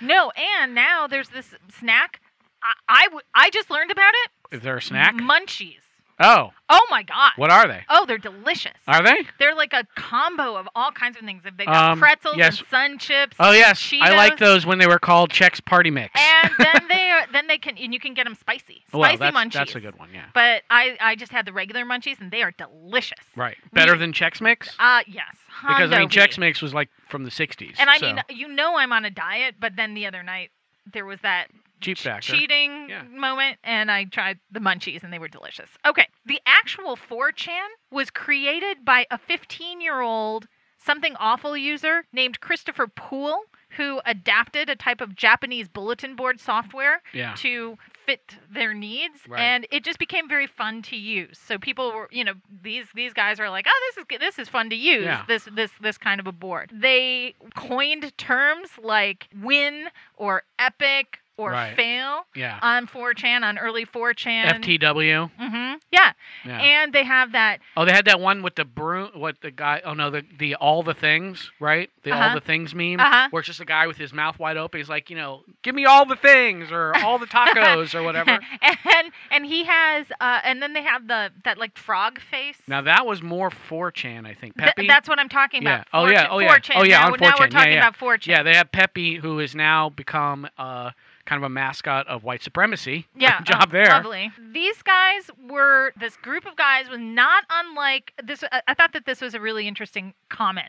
S2: yeah, no, and now there's this snack. I I, w- I just learned about it.
S1: Is there a snack?
S2: Munchies.
S1: Oh,
S2: Oh my god.
S1: what are they?
S2: Oh, they're delicious.
S1: Are they?
S2: they're like a combo of all kinds of things. They've got
S1: Um,
S2: pretzels
S1: yes.
S2: and sun chips.
S1: Oh
S2: and
S1: yes, I like
S2: Cheetos,
S1: those when they were called Chex Party Mix.
S2: And then they are, then they can and you can get them spicy. Spicy
S1: well, that's,
S2: munchies.
S1: that's a good one, yeah.
S2: But I I just had the regular munchies and they are delicious. Mm.
S1: Right, better than Chex Mix
S2: Uh yes.
S1: because I mean
S2: Hondo
S1: Chex
S2: weed.
S1: Mix was like from the '60s.
S2: And I
S1: so,
S2: mean, you know, I'm on a diet, but then the other night there was that
S1: cheap
S2: ch-
S1: factor.
S2: cheating
S1: Yeah.
S2: moment, and I tried the munchies, and they were delicious. Okay, the actual 4chan was created by a 15 year old something awful user named Christopher Poole, who adapted a type of Japanese bulletin board software
S1: Yeah.
S2: to fit their needs
S1: Right.
S2: and it just became very fun to use so people were you know these these guys are like oh this is good- this is fun to use
S1: Yeah.
S2: this this this kind of a board they coined terms like win or epic or
S1: Right.
S2: fail
S1: Yeah.
S2: on 4chan on early 4chan
S1: FTW.
S2: hmm yeah.
S1: Yeah.
S2: and they have that
S1: oh, they had that one with the broom. What the guy? Oh no, the the all the things, right? The all
S2: Uh-huh.
S1: the things meme,
S2: Uh-huh.
S1: where it's just a guy with his mouth wide open. He's like, you know, give me all the things or all the tacos or whatever.
S2: and and he has uh and then they have the that like frog face
S1: Now that was more 4chan, I think.
S2: Th-
S1: Peppy.
S2: that's what I'm talking about.
S1: Yeah. Oh, yeah.
S2: 4chan.
S1: Oh, yeah.
S2: 4chan.
S1: Oh, yeah,
S2: Now,
S1: on
S2: now we're
S1: 4chan. Yeah,
S2: talking
S1: yeah.
S2: about 4chan.
S1: Yeah, they have Peppy, who has now become uh, kind of a mascot of white supremacy.
S2: Yeah,
S1: Good job
S2: oh,
S1: there.
S2: Lovely. These guys were this group of guys was not unlike this. I- I thought that this was a really interesting comment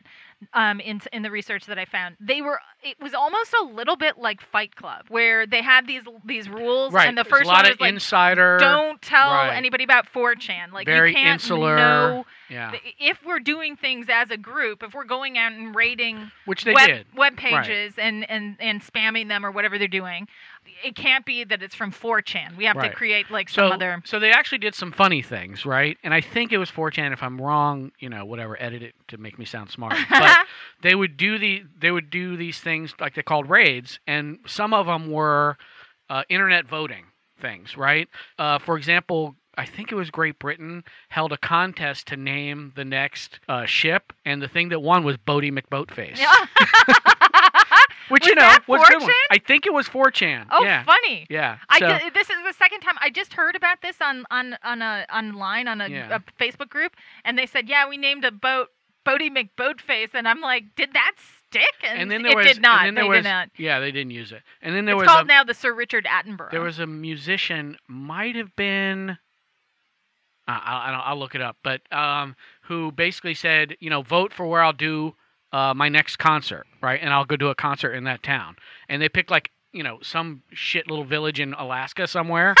S2: um, in in the research that I found. They were it was almost a little bit like Fight Club, where they had these these rules,
S1: Right.
S2: and the
S1: there's
S2: first
S1: a lot
S2: one
S1: of
S2: was like
S1: insider.
S2: don't tell
S1: Right.
S2: anybody about 4chan. Like
S1: Very
S2: you can't
S1: insular.
S2: know.
S1: Yeah.
S2: th- If we're doing things as a group, if we're going out and raiding
S1: Which they
S2: web,
S1: did.
S2: web
S1: Right.
S2: pages and, and, and spamming them or whatever they're doing, it can't be that it's from 4chan. We have
S1: Right.
S2: to create like
S1: So,
S2: some other.
S1: so they actually did some funny things, right? And I think it was 4chan. If I'm wrong, you know, whatever, edit it to make me sound smart. But they would do the they would do these things like they called raids, and some of them were uh, internet voting things, right? Uh, for example. I think it was Great Britain held a contest to name the next uh, ship, and the thing that won was Bodie McBoatface, which you
S2: Was
S1: know
S2: that
S1: was a good one.
S2: 4chan?
S1: I think it was 4chan.
S2: Oh,
S1: yeah.
S2: funny.
S1: Yeah.
S2: I
S1: so-
S2: ju- this is the second time I just heard about this on on on a online on a,
S1: Yeah.
S2: a Facebook group, and they said, "Yeah, we named a boat Bodie McBoatface," and I'm like, "Did that stick?" And,
S1: and then there
S2: it
S1: was,
S2: did not.
S1: And then there
S2: they
S1: was,
S2: did not.
S1: Yeah, they didn't use it. And then there
S2: It's
S1: was
S2: called
S1: a,
S2: now the Sir Richard Attenborough.
S1: there was a musician, might have been. Uh, I, I don't, I'll look it up, but um, who basically said, you know, vote for where I'll do uh, my next concert, right? And I'll go do a concert in that town. And they picked like, you know, some shit little village in Alaska somewhere.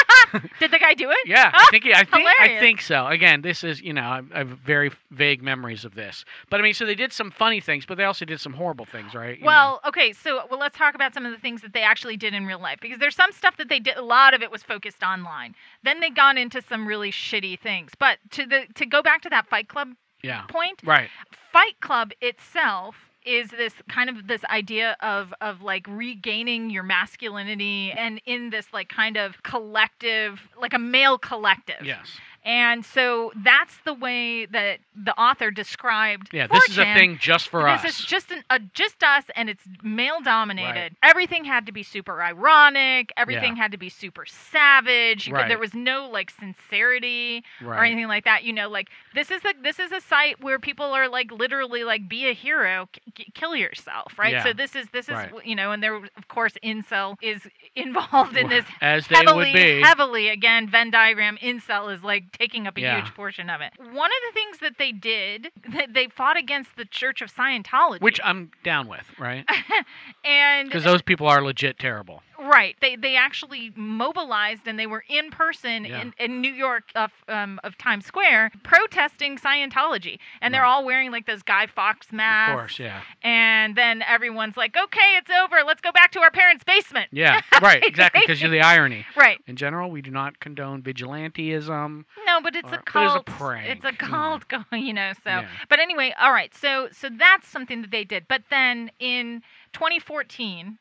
S2: Did the guy do it? Oh,
S1: Yeah, I think I think I
S2: hilarious.
S1: think so. Again, this is you know I, I have very vague memories of this, but I mean, so they did some funny things, but they also did some horrible things, right? You know.
S2: Well, okay, so well, let's talk about some of the things that they actually did in real life because there's some stuff that they did. A lot of it was focused online. Then they got into some really shitty things. But to the to go back to that Fight Club
S1: yeah,
S2: point,
S1: right.
S2: Fight Club itself is this kind of this idea of of like regaining your masculinity and in this like kind of collective, like a male collective.
S1: Yes.
S2: And so that's the way that the author described.
S1: Yeah, this is a
S2: 4chan
S1: thing just for
S2: this
S1: us.
S2: is just an, uh, just us, and it's male dominated. Everything had to be super ironic. Everything had to be super savage. You could-
S1: Right.
S2: there was no like sincerity or
S1: Right.
S2: anything like that. You know, like this is the this is a site where people are like literally like be a hero, k- k- kill yourself, right?
S1: Yeah.
S2: So this is this is
S1: Right.
S2: you know, and there of course incel is involved in this
S1: as they
S2: heavily
S1: would be.
S2: heavily again Venn diagram incel is like taking up a
S1: Yeah.
S2: huge portion of it. One of the things that they did, that they fought against the Church of Scientology.
S1: Which uh, I'm down with, right?
S2: and
S1: Because those people are legit terrible.
S2: Right. They they actually mobilized and they were in person
S1: Yeah.
S2: in, in New York of um, of Times Square protesting Scientology, and they're all wearing like those Guy Fox masks.
S1: Of course, yeah.
S2: And then everyone's like, "Okay, it's over. Let's go back to our parents' basement."
S1: Yeah, right, exactly, because you're the irony.
S2: Right.
S1: In general, we do not condone vigilanteism.
S2: No, but it's
S1: Or-
S2: a
S1: but it's a
S2: cult.
S1: prank,
S2: It's a
S1: you know.
S2: cult, go- you know. So,
S1: Yeah.
S2: but anyway, all right. So, so that's something that they did. But then in 2014,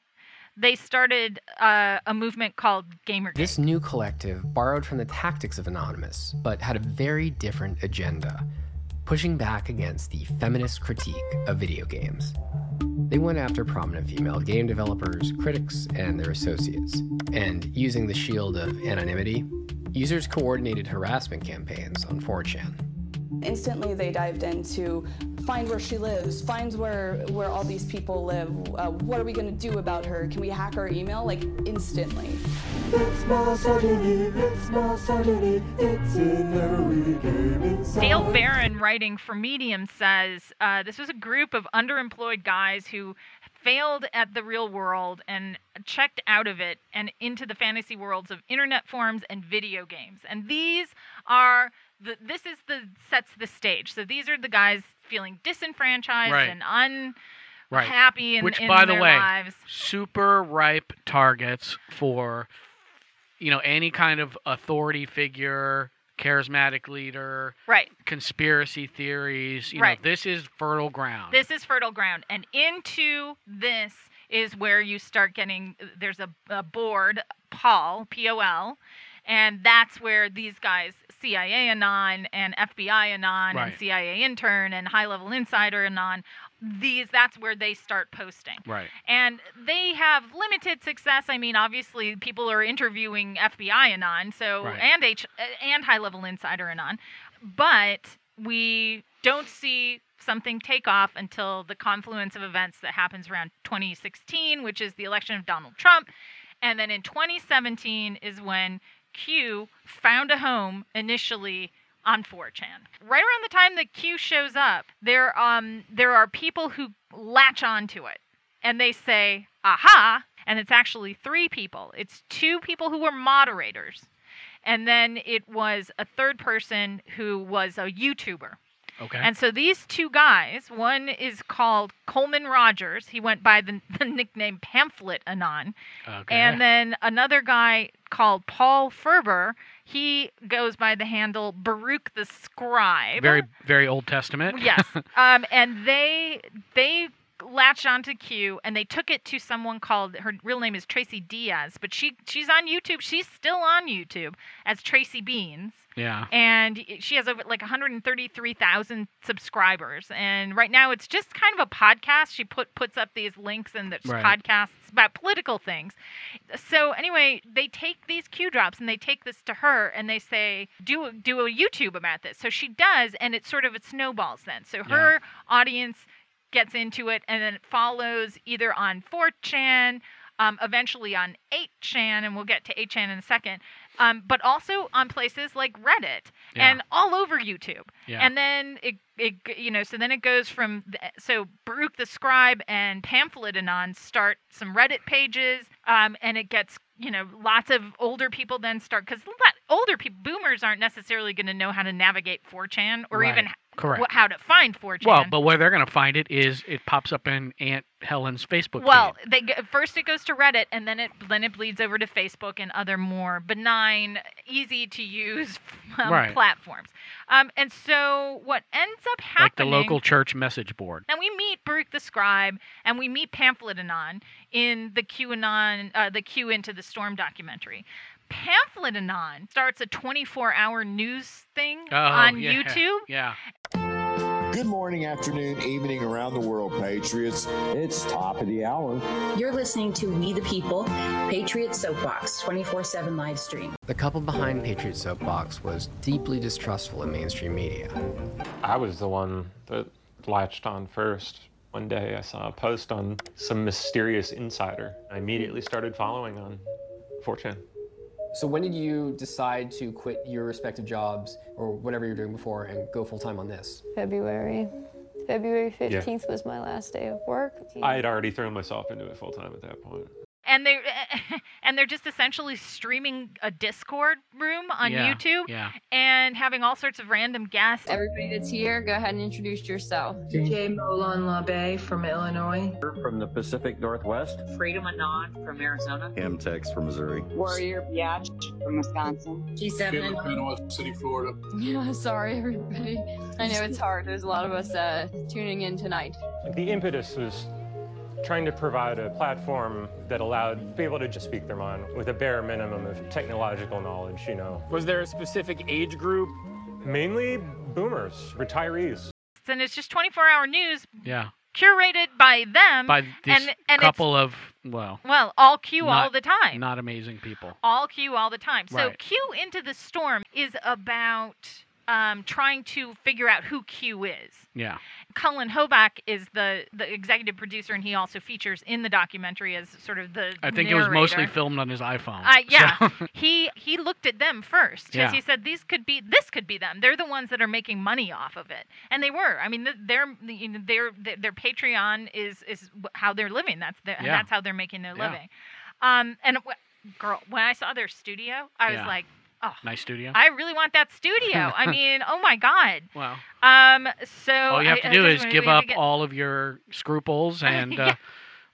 S2: they started uh, a movement called Gamergate.
S3: This new collective borrowed from the tactics of Anonymous, but had a very different agenda, pushing back against the feminist critique of video games. They went after prominent female game developers, critics, and their associates, and using the shield of anonymity, users coordinated harassment campaigns on 4chan.
S6: Instantly, they dived into find where she lives, find where where all these people live. Uh, what are we going to do about her? Can we hack her email? Like instantly.
S2: Dale Barron, writing for Medium, says uh, this was a group of underemployed guys who failed at the real world and checked out of it and into the fantasy worlds of internet forums and video games. And these are the this is the sets the stage. So these are the guys feeling disenfranchised
S1: Right.
S2: and un
S1: Right.
S2: happy in,
S1: Which,
S2: in
S1: by the
S2: their
S1: way,
S2: lives.
S1: super ripe targets for, you know, any kind of authority figure, charismatic leader,
S2: Right.
S1: conspiracy theories. You
S2: Right.
S1: know, this is fertile ground.
S2: This is fertile ground, and into this is where you start getting. There's a, a board, Paul, P O L, and that's where these guys, CIA anon and FBI anon and
S1: Right.
S2: CIA intern and high level insider anon, these that's where they start posting.
S1: Right.
S2: And they have limited success. I mean, obviously, people are interviewing FBI anon, so
S1: Right.
S2: and H uh, and high level insider anon, but we don't see something take off until the confluence of events that happens around 2016, which is the election of Donald Trump, and then in 2017 is when Q found a home initially on 4chan. Right around the time that Q shows up, there um there are people who latch onto it and they say, aha, and it's actually three people. It's two people who were moderators, and then it was a third person who was a YouTuber.
S1: Okay.
S2: And so these two guys, one is called Coleman Rogers. He went by the, the nickname Pamphlet Anon.
S1: okay.
S2: And then another guy called Paul Ferber. He goes by the handle Baruch the Scribe.
S1: very very Old Testament.
S2: Yes. Um, and they they latched onto Q and they took it to someone called her real name is Tracy Diaz, but she she's on YouTube. She's still on YouTube as Tracy Beans.
S1: yeah.
S2: And she has over like 133,000 subscribers, and right now it's just kind of a podcast. She put puts up these links and there's
S1: Right.
S2: podcasts about political things. So anyway, they take these Q drops and they take this to her and they say, "Do do a YouTube about this." So she does, and it's sort of it snowballs then. So her audience gets into it, and then it follows either on 4chan, um, eventually on 8chan, and we'll get to 8chan in a second, um, but also on places like Reddit
S1: Yeah.
S2: and all over YouTube.
S1: Yeah.
S2: And then it, it, you know, so then it goes from the, so Baruch the Scribe and Pamphlet Anon start some Reddit pages, um, and it gets you know lots of older people then start because older people boomers aren't necessarily going to know how to navigate 4chan or
S1: Right.
S2: even h-
S1: Correct.
S2: wh- how to find 4chan.
S1: Well, but where they're going to find it is it pops up in Aunt Helen's Facebook
S2: Well,
S1: feed.
S2: they g- first it goes to Reddit, and then it then it bleeds over to Facebook and other more benign, easy to use um,
S1: Right.
S2: platforms. Um, and so what ends up
S1: like the
S2: happening?
S1: local church message board.
S2: Now we meet Baruch the scribe, and we meet Pamphlet Anon in the QAnon, uh, the Q into the Storm documentary. Pamphlet Anon starts a 24-hour news thing
S1: Oh,
S2: on
S1: yeah,
S2: YouTube.
S1: Yeah.
S10: Good morning, afternoon, evening around the world, Patriots. It's top of the hour.
S9: You're listening to We the People, Patriot Soapbox 24 7 live stream.
S3: The couple behind Patriot Soapbox was deeply distrustful of mainstream media.
S12: I was the one that latched on first. One day I saw a post on some mysterious insider. I immediately started following on 4chan.
S3: So when did you decide to quit your respective jobs or whatever you were doing before and go full time on this?
S13: February. February
S12: Yeah.
S13: 15th was my last day of work.
S12: I had already thrown myself into it full time at that point.
S2: and they and they're just essentially streaming a Discord room on
S12: Yeah,
S2: YouTube
S12: yeah.
S2: and having all sorts of random guests.
S14: Everybody that's here, go ahead and introduce yourself.
S15: Jay Molon LaBe from Illinois.
S16: From the Pacific Northwest.
S15: Freedom Anon from Arizona.
S16: Amtex from Missouri.
S15: Warrior Biatch from Wisconsin.
S14: G7.
S16: City, Florida.
S14: Yeah, sorry everybody. I know it's hard. There's a lot of us uh, tuning in tonight.
S12: Like, the impetus was trying to provide a platform that allowed people to just speak their mind with a bare minimum of technological knowledge, you know. Was there a specific age group? Mainly boomers, retirees.
S2: And it's just 24-hour news
S1: Yeah.
S2: curated by them
S1: By this
S2: Um, and and
S1: couple of well,
S2: it's well, all Q all
S1: not-
S2: the time.
S1: Not amazing people.
S2: all Q all the time. So
S1: Right.
S2: Q into the storm is about um, trying to figure out who Q is.
S1: Yeah.
S2: Cullen Hoback is the, the executive producer, and he also features in the documentary as sort of the.
S1: I think it was mostly
S2: narrator.
S1: filmed on his iPhone.
S2: Uh, yeah,
S1: so-
S2: he he looked at them first because
S1: Yeah.
S2: he said these could be this could be them. They're the ones that are making money off of it, and they were. I mean, th- their you know, their their their Patreon is is wh- how they're living. That's their,
S1: Yeah.
S2: that's how they're making their
S1: Yeah.
S2: living. Um, and wh- girl, when I saw their studio, I was
S1: Yeah.
S2: like, oh,
S1: nice studio.
S2: I really want that studio. I mean, oh my god.
S1: wow.
S2: Um, so
S1: all you
S2: I-
S1: have to
S2: I
S1: do
S2: just
S1: is
S2: wanna-
S1: give
S2: we have
S1: up
S2: to get-
S1: all of your scruples and
S2: Yeah.
S1: uh,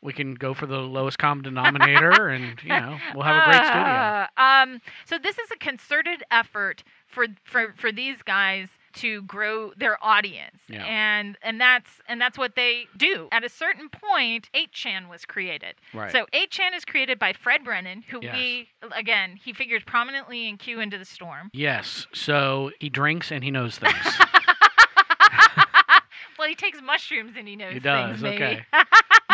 S1: we can go for the lowest common denominator and you know we'll have a great studio
S2: Uh, um, so this is a concerted effort for for for these guys to grow their audience,
S1: Yeah.
S2: and and that's and that's what they do. At a certain point, 8chan was created.
S17: Right.
S2: So 8chan is created by Fred Brennan, who
S1: Yes.
S2: we again he figures prominently in Q into the Storm.
S1: yes so he drinks and he knows things
S2: Well, he takes mushrooms and he knows.
S1: he does
S2: Things, maybe.
S1: okay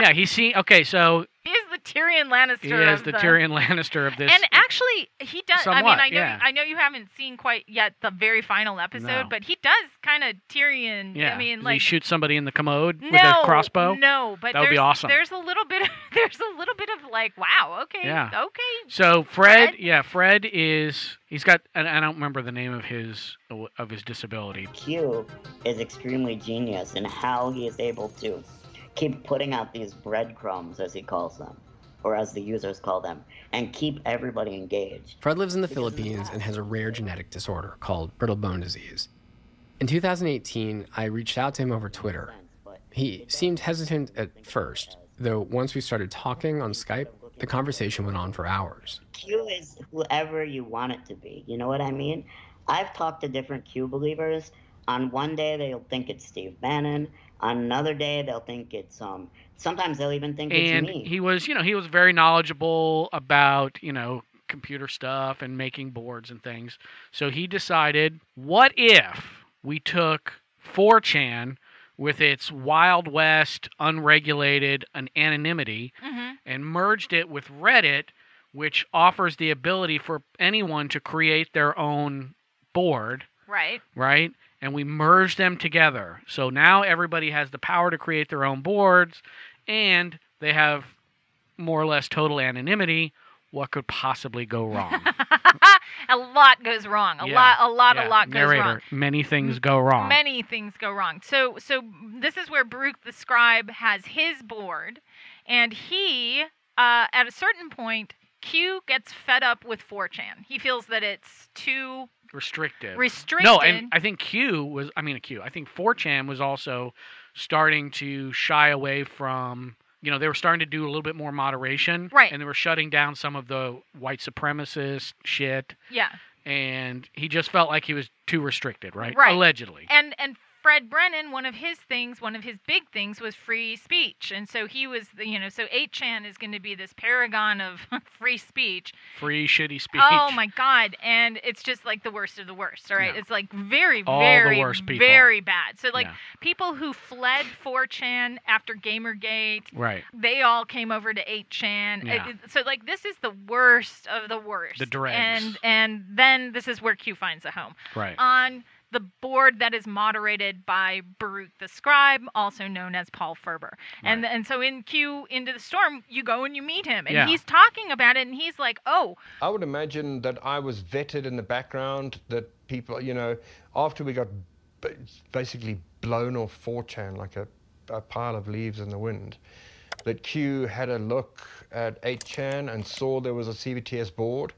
S1: yeah he's seen okay so
S2: He is the Tyrion Lannister.
S1: he is
S2: of
S1: the Tyrion Lannister of this
S2: and actually, he does. I
S1: somewhat,
S2: mean, I know,
S1: yeah.
S2: I know you haven't seen quite yet the very final episode,
S1: No.
S2: but he does kind of Tyrion.
S1: yeah
S2: I mean,
S1: he
S2: like
S1: shoots somebody in the commode
S2: no
S1: with a crossbow
S2: No, but
S1: that would be
S2: there's-
S1: awesome
S2: There's a little bit. Of, there's a little bit of like, wow, okay,
S1: Yeah.
S2: okay.
S1: So Fred, yeah, Fred is he's got and I don't remember the name of his of his disability.
S18: Q is extremely genius in how he is able to keep putting out these breadcrumbs, as he calls them, or as the users call them, and keep everybody engaged.
S3: Fred lives in the Philippines and has a rare genetic disorder called brittle bone disease. In 2018, I reached out to him over Twitter. He seemed hesitant at first, though once we started talking on Skype, the conversation went on for hours.
S18: Q is whoever you want it to be. You know what I mean? I've talked to different Q believers. On one day, they'll think it's Steve Bannon. On another day, they'll think it's um. Sometimes they'll even think
S1: And
S18: it's me.
S1: he was, you know, he was very knowledgeable about, you know, computer stuff and making boards and things. So he decided, what if we took 4chan with its wild west, unregulated, an anonymity
S2: Mhm.
S1: and merged it with Reddit, which offers the ability for anyone to create their own board
S2: Right.
S1: right? And we merge them together. So now everybody has the power to create their own boards and they have more or less total anonymity. What could possibly go wrong?
S2: A lot goes wrong. A lot. A lot. A lot goes
S1: Narrator,
S2: wrong.
S1: Many things go wrong.
S2: Many things go wrong. So so this is where Baruch the scribe has his board, and he uh, at a certain point Q gets fed up with 4chan. He feels that it's too
S1: Restricted.
S2: Restricted.
S1: No, and I think Q was, I mean, Q, I think 4chan was also starting to shy away from, you know, they were starting to do a little bit more moderation.
S2: Right.
S1: And they were shutting down some of the white supremacist shit.
S2: yeah
S1: and he just felt like he was too restricted, right?
S2: right
S1: Allegedly.
S2: And and Fred Brennan, one of his things, one of his big things was free speech, and so he was the you know so 8chan is going to be this paragon of free speech.
S1: Free shitty speech.
S2: Oh my god! And it's just like the worst of the worst. All right,
S1: Yeah.
S2: it's like very,
S1: All the
S2: very,
S1: worst people.
S2: very bad. So like
S1: Yeah.
S2: people who fled 4chan after GamerGate,
S1: Right.
S2: They all came over to 8chan. It-
S1: Yeah.
S2: it- so like this is the worst of the worst.
S1: The dregs.
S2: And and then this is where Q finds a home.
S1: Right.
S2: On the board that is moderated by Baruch the scribe, also known as Paul Ferber. And and so in Q into the storm, you go and you meet him, and
S17: Yeah.
S2: he's talking about it, and he's like, "Oh,
S17: I would imagine that I was vetted in the background, that people, you know, after we got b- basically blown off 4chan like a, a pile of leaves in the wind, that Q had a look at 8chan and saw there was a CBTS board.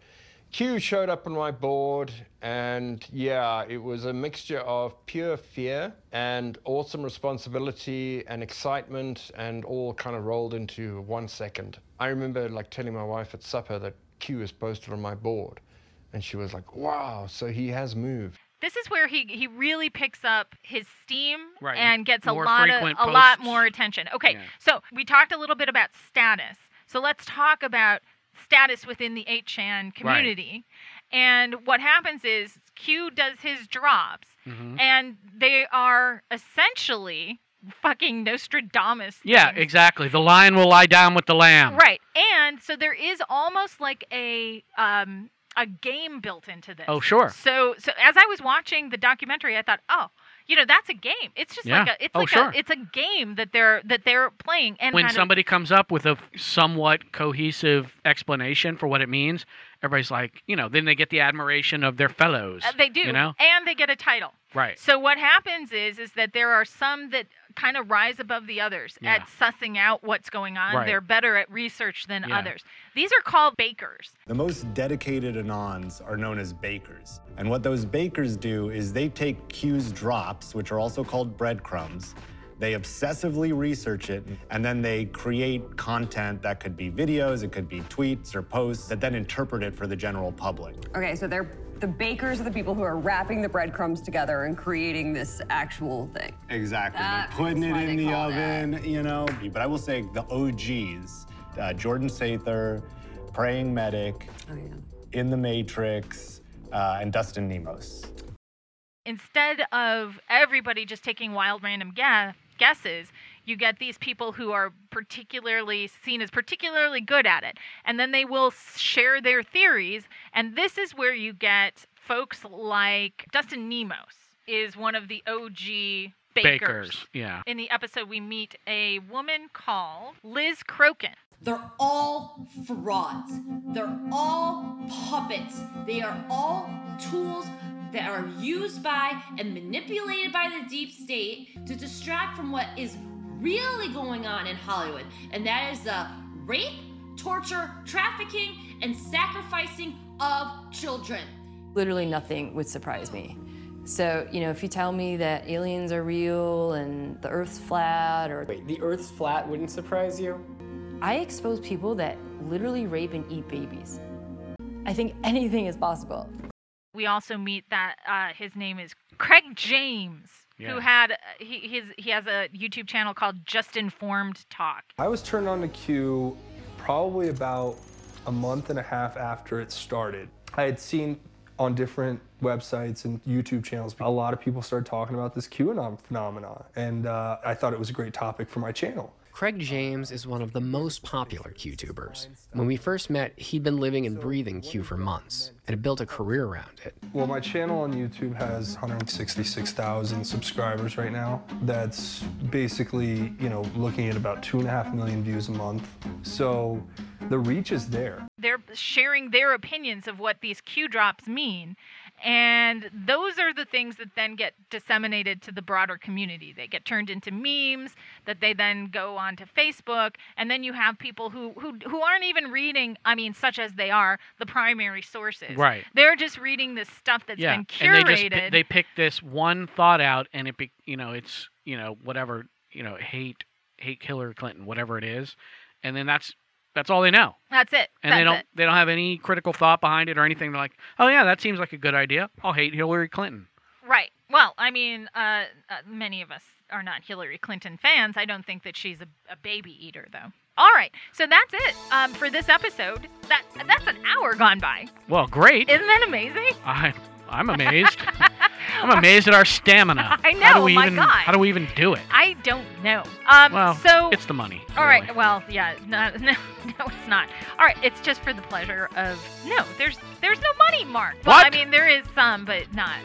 S17: Q showed up on my board, and yeah, it was a mixture of pure fear and awesome responsibility and excitement, and all kind of rolled into one second. I remember like telling my wife at supper that Q is posted on my board, and she was like, "Wow, so he has moved."
S2: this is where he he really picks up his steam
S17: Right.
S2: and gets a
S17: More
S2: lot of,
S17: frequent
S2: a lot
S17: posts.
S2: more attention. Okay,
S17: Yeah.
S2: so we talked a little bit about status. So let's talk about status within the 8chan community. And what happens is Q does his drops
S17: Mm-hmm.
S1: Mhm.
S2: and they are essentially fucking Nostradamus.
S1: Yeah,
S2: things.
S1: exactly. The lion will lie down with the lamb.
S2: Right. And so there is almost like a um a game built into this.
S1: Oh, sure.
S2: So so as I was watching the documentary I thought, "Oh, you know, that's a game. It's just
S1: Yeah.
S2: like a it's
S1: Oh,
S2: like
S1: sure.
S2: a it's a game that they're that they're playing and
S1: when
S2: how to-
S1: somebody comes up with a somewhat cohesive explanation for what it means, everybody's like, you know, then they get the admiration of their fellows.
S2: Uh, they do.
S1: You know?
S2: And they get a title.
S1: Right.
S2: So what happens is is that there are some that kind of rise above the others
S1: Yeah.
S2: at sussing out what's going on.
S19: Right.
S2: They're better at research than
S19: Yeah.
S2: others. These are called bakers.
S19: The most dedicated Anons are known as bakers. And what those bakers do is they take Q's drops, which are also called breadcrumbs, they obsessively research it, and then they create content that could be videos, it could be tweets or posts that then interpret it for the general public.
S11: Okay, so they're the bakers are the people who are wrapping the breadcrumbs together and creating this actual thing.
S19: Exactly.
S11: That
S19: They're putting
S11: is
S19: it
S11: Ah, why
S19: in
S11: they
S19: the
S11: call it
S19: oven, you know. But I will say the OGs, uh, Jordan Sather, Praying Medic,
S11: Oh,
S19: In the Matrix, uh, and Dustin Nemos.
S2: instead of everybody just taking wild random ga- guesses, you get these people who are particularly seen as particularly good at it. And then they will share their theories. And this is where you get folks like Dustin Nemos is one of the OG bakers.
S1: Bakers. Yeah.
S2: In the episode, we meet a woman called Liz Croken.
S20: They're all frauds. They're all puppets. They are all tools that are used by and manipulated by the deep state to distract from what is really going on in Hollywood, and that is the rape, torture, trafficking, and sacrificing of children.
S13: Literally nothing would surprise me. So, you know, if you tell me that aliens are real and the earth's flat or. Wait, the earth's flat wouldn't surprise you? I expose people that literally rape and eat babies. I think anything is possible.
S2: we also meet that uh, his name is Craig James, who
S21: Yeah.
S2: had uh, he his, he has a YouTube channel called Just Informed Talk.
S21: I was turned on to Q probably about a month and a half after it started. I had seen on different websites and YouTube channels, a lot of people started talking about this QAnon phenomenon, and uh, I thought it was a great topic for my channel.
S3: Craig James is one of the most popular QTubers. When we first met, he'd been living and breathing Q for months and had built a career around it.
S21: Well, my channel on YouTube has 166,000 subscribers right now. That's basically, you know, looking at about two and a half million views a month. So the reach is there.
S2: They're sharing their opinions of what these Q drops mean, and those are the things that then get disseminated to the broader community. They get turned into memes that they then go on to Facebook, and then you have people who who who aren't even reading. I mean, such as they are the primary sources.
S1: Right.
S2: They're just reading this stuff that's
S1: yeah.
S2: been curated.
S1: And they just pi- they pick this one thought out and it be, you know, it's, you know, whatever, you know, hate hate Hillary Clinton, whatever it is. And then that's that's all they know.
S2: That's it.
S1: And
S2: That's
S1: they don't
S2: it.
S1: they don't have any critical thought behind it or anything. They're like, "Oh yeah, that seems like a good idea. I'll hate Hillary Clinton."
S2: Right. Well, I mean, uh, uh, many of us are not Hillary Clinton fans. I don't think that she's a, a baby eater, though. All right. So that's it um, for this episode. That that's an hour gone by.
S1: Well, great.
S2: Isn't that amazing?
S1: I I'm amazed. I'm amazed at our stamina.
S2: I
S1: How
S2: know,
S1: do we
S2: my
S1: even
S2: God.
S1: how do we even do it?
S2: I don't know. Um,
S1: well,
S2: so
S1: it's the money.
S2: All right. Well, yeah. No, no, no, it's not. All right. It's just for the pleasure of no. There's there's no money, Mark. Well, I
S1: What?
S2: mean, there is some, but not.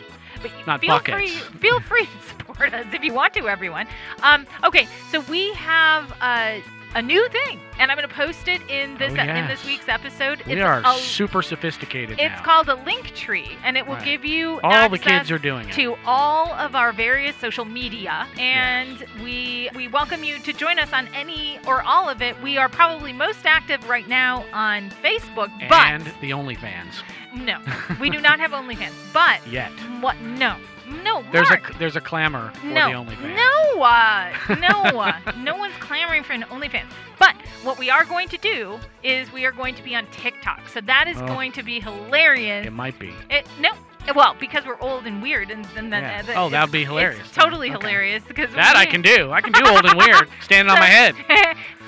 S2: but
S1: Not
S2: feel
S1: buckets.
S2: free feel free to support us if you want to, everyone. Um, okay, so we have uh, a new thing, and I'm going to post it in this
S1: Oh,
S2: in
S1: yes.
S2: this week's episode.
S1: We
S2: it's
S1: are
S2: a,
S1: super sophisticated
S2: It's
S1: now.
S2: called a link tree, and it will
S1: Right.
S2: give you
S1: All the
S2: access
S1: kids are doing it.
S2: to all of our various social media, and we we welcome you to join us on any or all of it. We are probably most active right now on Facebook, but
S1: and the OnlyFans
S2: no, we do not have OnlyFans. But
S1: yet.
S2: what? No, no.
S1: There's
S2: Mark.
S1: a there's a clamor for
S2: No,
S1: the OnlyFans.
S2: no, uh, no, uh, no one's clamoring for an OnlyFans. But what we are going to do is we are going to be on TikTok. So that is
S1: Oh.
S2: going to be hilarious.
S1: It might be.
S2: It- no, well, because we're old and weird, and then then
S1: Yeah.
S2: uh, the-
S1: Oh,
S2: it's-
S1: that'd be
S2: it's
S1: hilarious.
S2: totally hilarious because
S1: That I can do. I can do old and weird standing on my head.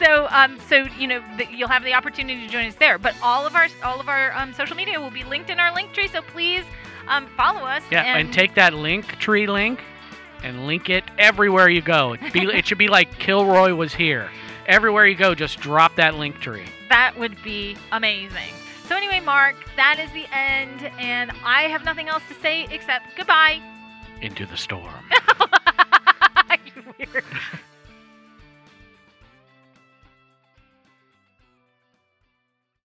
S2: so um, so you know th you'll have the opportunity to join us there. But all of our all of our um, social media will be linked in our link tree. So please um, follow us.
S1: Yeah, and, take that link tree link and link it everywhere you go. It, be, it should be like Kilroy was here. Everywhere you go, just drop that link tree.
S2: That would be amazing. So, anyway, Mark, that is the end, and I have nothing else to say except goodbye.
S1: Into the storm.
S2: Weird.